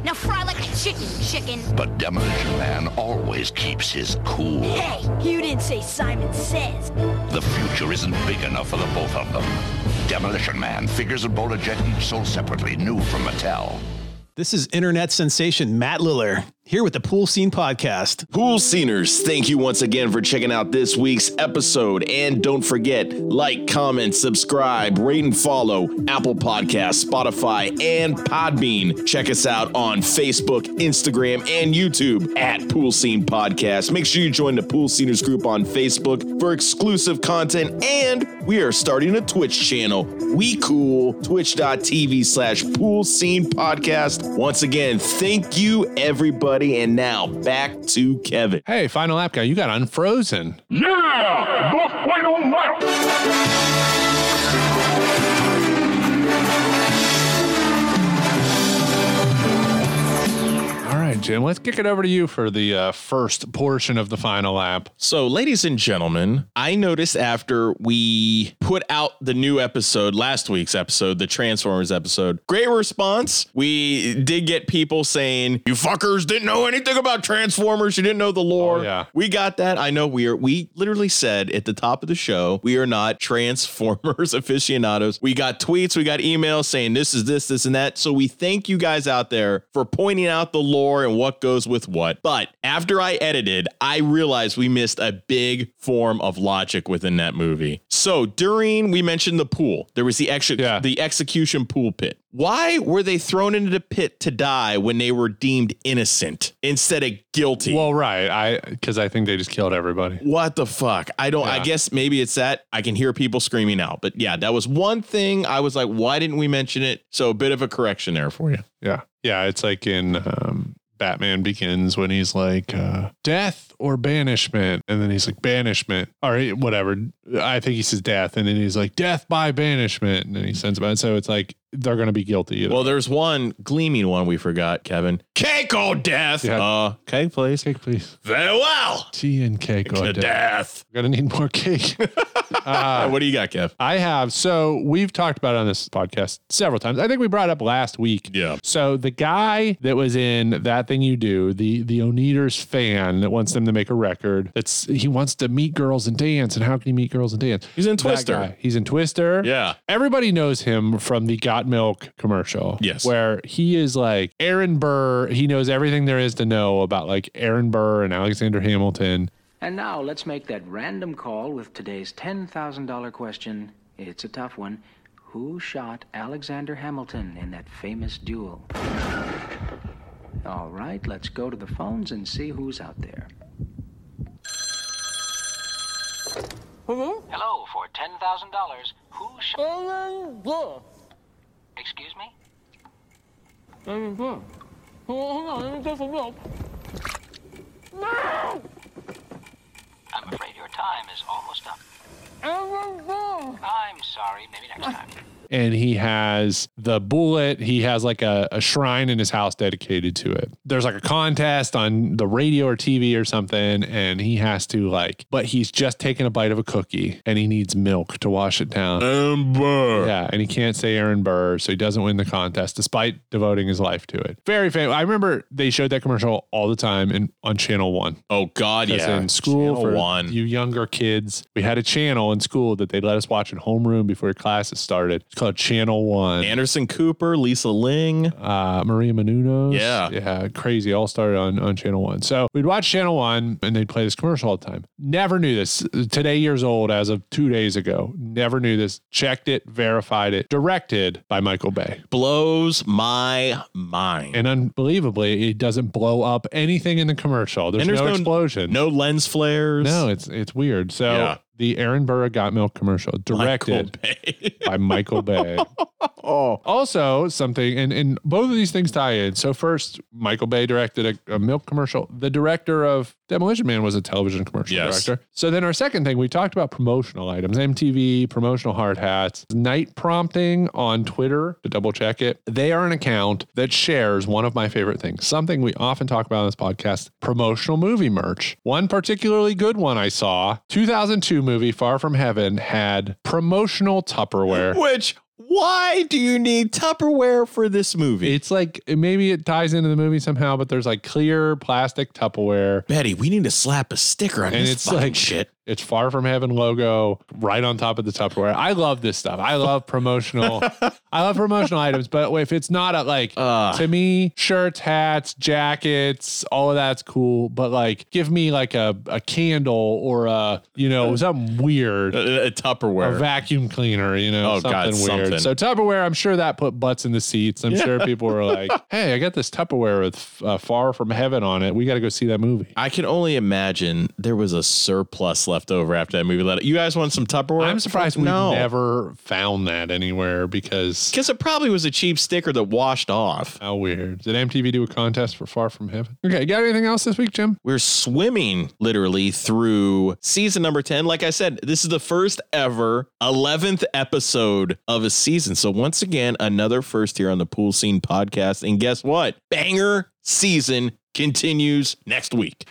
[SPEAKER 20] Now fry like a chicken, chicken.
[SPEAKER 17] But Demolition Man always keeps his cool.
[SPEAKER 20] Hey, you didn't say Simon says.
[SPEAKER 17] The future isn't big enough for the both of them. Demolition Man figures and Bola Jet each sold separately, new from Mattel.
[SPEAKER 23] This is internet sensation Matt Liller.
[SPEAKER 8] here with the Pool Scene Podcast. Pool Sceners, thank you once again for checking out this week's episode. And don't forget, like, comment, subscribe, rate, and follow Apple Podcasts, Spotify, and Podbean. Check us out on Facebook, Instagram, and YouTube at Pool Scene Podcast. Make sure you join the Pool Sceners group on Facebook for exclusive content. And we are starting a Twitch channel. We cool, twitch.tv slash Pool Scene Podcast. Once again, thank you, everybody. And now back to Kevin.
[SPEAKER 4] Hey, final app guy, you got unfrozen.
[SPEAKER 16] Yeah! The final
[SPEAKER 4] All right, Jim, let's kick it over to you for the uh, first portion of the final lap.
[SPEAKER 8] So, ladies and gentlemen, I noticed after we put out the new episode, last week's episode, the Transformers episode, great response. We did get people saying, You fuckers didn't know anything about Transformers. You didn't know the lore. yeah. We got that. I know we are, we literally said at the top of the show, we are not Transformers aficionados. We got tweets, we got emails saying this is this, this, and that. So we thank you guys out there for pointing out the lore and what goes with what. But after I edited, I realized we missed a big form of logic within that movie. So during we mentioned the pool, there was the extra the execution pool pit. Why were they thrown into the pit to die when they were deemed innocent instead of guilty?
[SPEAKER 4] Well, right. I because I think they just killed everybody.
[SPEAKER 8] What the fuck? I don't. I
[SPEAKER 4] Yeah.
[SPEAKER 8] guess maybe it's that I can hear people screaming out. But yeah, that was one thing I was like, why didn't we mention it? So a bit of a correction there for you.
[SPEAKER 4] Yeah. Yeah. It's like in um, Batman Begins when he's like, uh, death or banishment. And then he's like, banishment. Or he- whatever. I think he says death. And then he's like, death by banishment. And then he sends him out. So it's like, they're going to be guilty. either
[SPEAKER 8] Well, there's one gleaming one we forgot, Kevin. Cake or death.
[SPEAKER 4] Yeah.
[SPEAKER 8] Uh, cake, please.
[SPEAKER 4] Cake, please.
[SPEAKER 8] Farewell.
[SPEAKER 4] Tea and cake or
[SPEAKER 8] To
[SPEAKER 4] Oh, death.
[SPEAKER 8] death.
[SPEAKER 4] We're gonna need more cake. Uh,
[SPEAKER 8] what do you got, Kev?
[SPEAKER 4] I have. So we've talked about it on this podcast several times. I think we brought it up last week.
[SPEAKER 8] Yeah.
[SPEAKER 4] So the guy that was in that thing you do, the the Oneaters fan that wants them to make a record. That's he wants to meet girls and dance. And how can he meet girls and dance?
[SPEAKER 8] He's in
[SPEAKER 4] That
[SPEAKER 8] Twister.
[SPEAKER 4] guy. He's in Twister.
[SPEAKER 8] Yeah.
[SPEAKER 4] Everybody knows him from the Got Milk commercial.
[SPEAKER 8] Yes.
[SPEAKER 4] Where he is like Aaron Burr. He knows everything there is to know about like Aaron Burr and Alexander Hamilton.
[SPEAKER 15] And now let's make that random call with today's $10,000 question. It's a tough one. Who shot Alexander Hamilton in that famous duel? All right, let's go to the phones and see who's out there. Hello, for $10,000, who shot. Excuse me? I'm afraid your time is almost up. I'm sorry, maybe next time.
[SPEAKER 4] and he has the bullet. He has like a, a shrine in his house dedicated to it. There's like a contest on the radio or TV or something, and he has to like, but he's just taking a bite of a cookie and he needs milk to wash it down.
[SPEAKER 8] Aaron Burr.
[SPEAKER 4] Yeah, and he can't say Aaron Burr, so he doesn't win the contest despite devoting his life to it. Very famous. I remember they showed that commercial all the time in on Channel One.
[SPEAKER 8] Oh God,
[SPEAKER 4] 'Cause
[SPEAKER 8] yeah.
[SPEAKER 4] In school
[SPEAKER 8] Channel
[SPEAKER 4] for
[SPEAKER 8] One.
[SPEAKER 4] you younger kids, we had a channel in school that they let us watch in homeroom before classes started. It's called Channel One.
[SPEAKER 8] Anderson Cooper, Lisa Ling,
[SPEAKER 4] uh, Maria Menounos.
[SPEAKER 8] Yeah.
[SPEAKER 4] yeah, crazy. All started on on Channel One. So we'd watch Channel One, and they'd play this commercial all the time. Never knew this. Today, years old as of two days ago. Never knew this. Checked it, verified it. Directed by Michael Bay.
[SPEAKER 8] Blows my mind.
[SPEAKER 4] And unbelievably, it doesn't blow up anything in the commercial. There's,
[SPEAKER 8] And there's
[SPEAKER 4] no,
[SPEAKER 8] no-
[SPEAKER 4] explosion.
[SPEAKER 8] No lens flares.
[SPEAKER 4] No, it's it's weird. So
[SPEAKER 8] Yeah.
[SPEAKER 4] the Aaron Burr Got Milk commercial directed by Michael Bay.
[SPEAKER 8] Oh.
[SPEAKER 4] Also, something and, and both of these things tie in. So first, Michael Bay directed a, a milk commercial. The director of Demolition Man was a television commercial
[SPEAKER 8] Yes.
[SPEAKER 4] director. So then our second thing, we talked about promotional items, MTV, promotional hard hats, night prompting on Twitter to double check it. They are an account that shares one of my favorite things, something we often talk about on this podcast, promotional movie merch. One particularly good one I saw, 2002 movie Far From Heaven had promotional Tupperware.
[SPEAKER 8] Which why do you need Tupperware for this movie?
[SPEAKER 4] It's like maybe it ties into the movie somehow, but there's like clear plastic Tupperware.
[SPEAKER 8] Betty, we need to slap a sticker on
[SPEAKER 4] and
[SPEAKER 8] this
[SPEAKER 4] it's
[SPEAKER 8] fucking
[SPEAKER 4] like
[SPEAKER 8] shit.
[SPEAKER 4] It's far from heaven logo right on top of the Tupperware. I love this stuff. I love promotional. I love promotional items, but if it's not at like to me, shirts, hats, jackets, all of that's cool. But like, give me like a, a candle or a you
[SPEAKER 8] Uh,
[SPEAKER 4] know something weird,
[SPEAKER 8] a, Uh, Tupperware,
[SPEAKER 4] a vacuum cleaner, you know,
[SPEAKER 8] Oh,
[SPEAKER 4] something
[SPEAKER 8] God,
[SPEAKER 4] weird.
[SPEAKER 8] something.
[SPEAKER 4] So Tupperware, I'm sure that put butts in the seats. I'm
[SPEAKER 8] Yeah.
[SPEAKER 4] sure people were like, "Hey, I got this Tupperware with uh, Far From Heaven on it. We got to go see that movie."
[SPEAKER 8] I can only imagine there was a surplus left over after that movie. Let- You guys want some Tupperware?
[SPEAKER 4] I'm surprised we never found that anywhere because
[SPEAKER 8] because it probably was a cheap sticker that washed off.
[SPEAKER 4] How weird! Did MTV do a contest for Far From Heaven? Okay, you got anything else this week, Jim?
[SPEAKER 8] We're swimming literally through season number 10. Like I said, this is the first ever 11th episode of a season. So, once again, another first here on the Pool Scene podcast. And guess what? Banger season continues next week.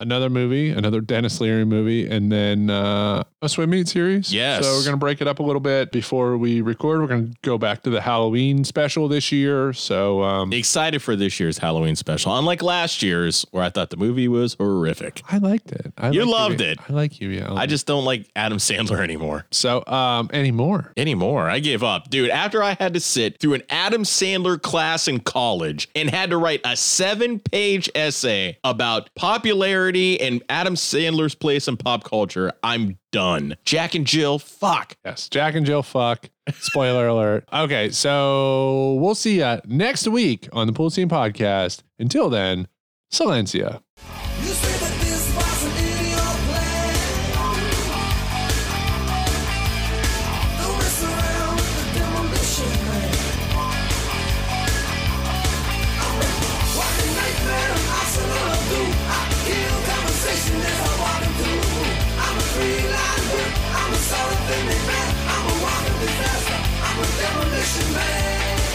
[SPEAKER 4] Another movie, another Dennis Leary movie, and then uh, a swim meet series.
[SPEAKER 8] Yes.
[SPEAKER 4] So we're gonna break it up a little bit before we record. We're gonna go back to the Halloween special this year. So um,
[SPEAKER 8] Excited for this year's Halloween special, unlike last year's, where I thought the movie was horrific.
[SPEAKER 4] I liked it. I
[SPEAKER 8] you
[SPEAKER 4] liked
[SPEAKER 8] loved it.
[SPEAKER 4] I like you, yeah.
[SPEAKER 8] I just don't like Adam Sandler anymore.
[SPEAKER 4] So, um, anymore.
[SPEAKER 8] Anymore. I gave up. Dude, after I had to sit through an Adam Sandler class in college and had to write a seven page essay about popularity and Adam Sandler's place in pop culture, I'm done. Jack and Jill, fuck.
[SPEAKER 4] Yes, Jack and Jill, fuck. Spoiler alert. Okay, so we'll see you next week on the Pool Scene Podcast. Until then, Silencia.
[SPEAKER 16] I'm a solid thing, man. I'm a walking disaster. I'm a demolition man.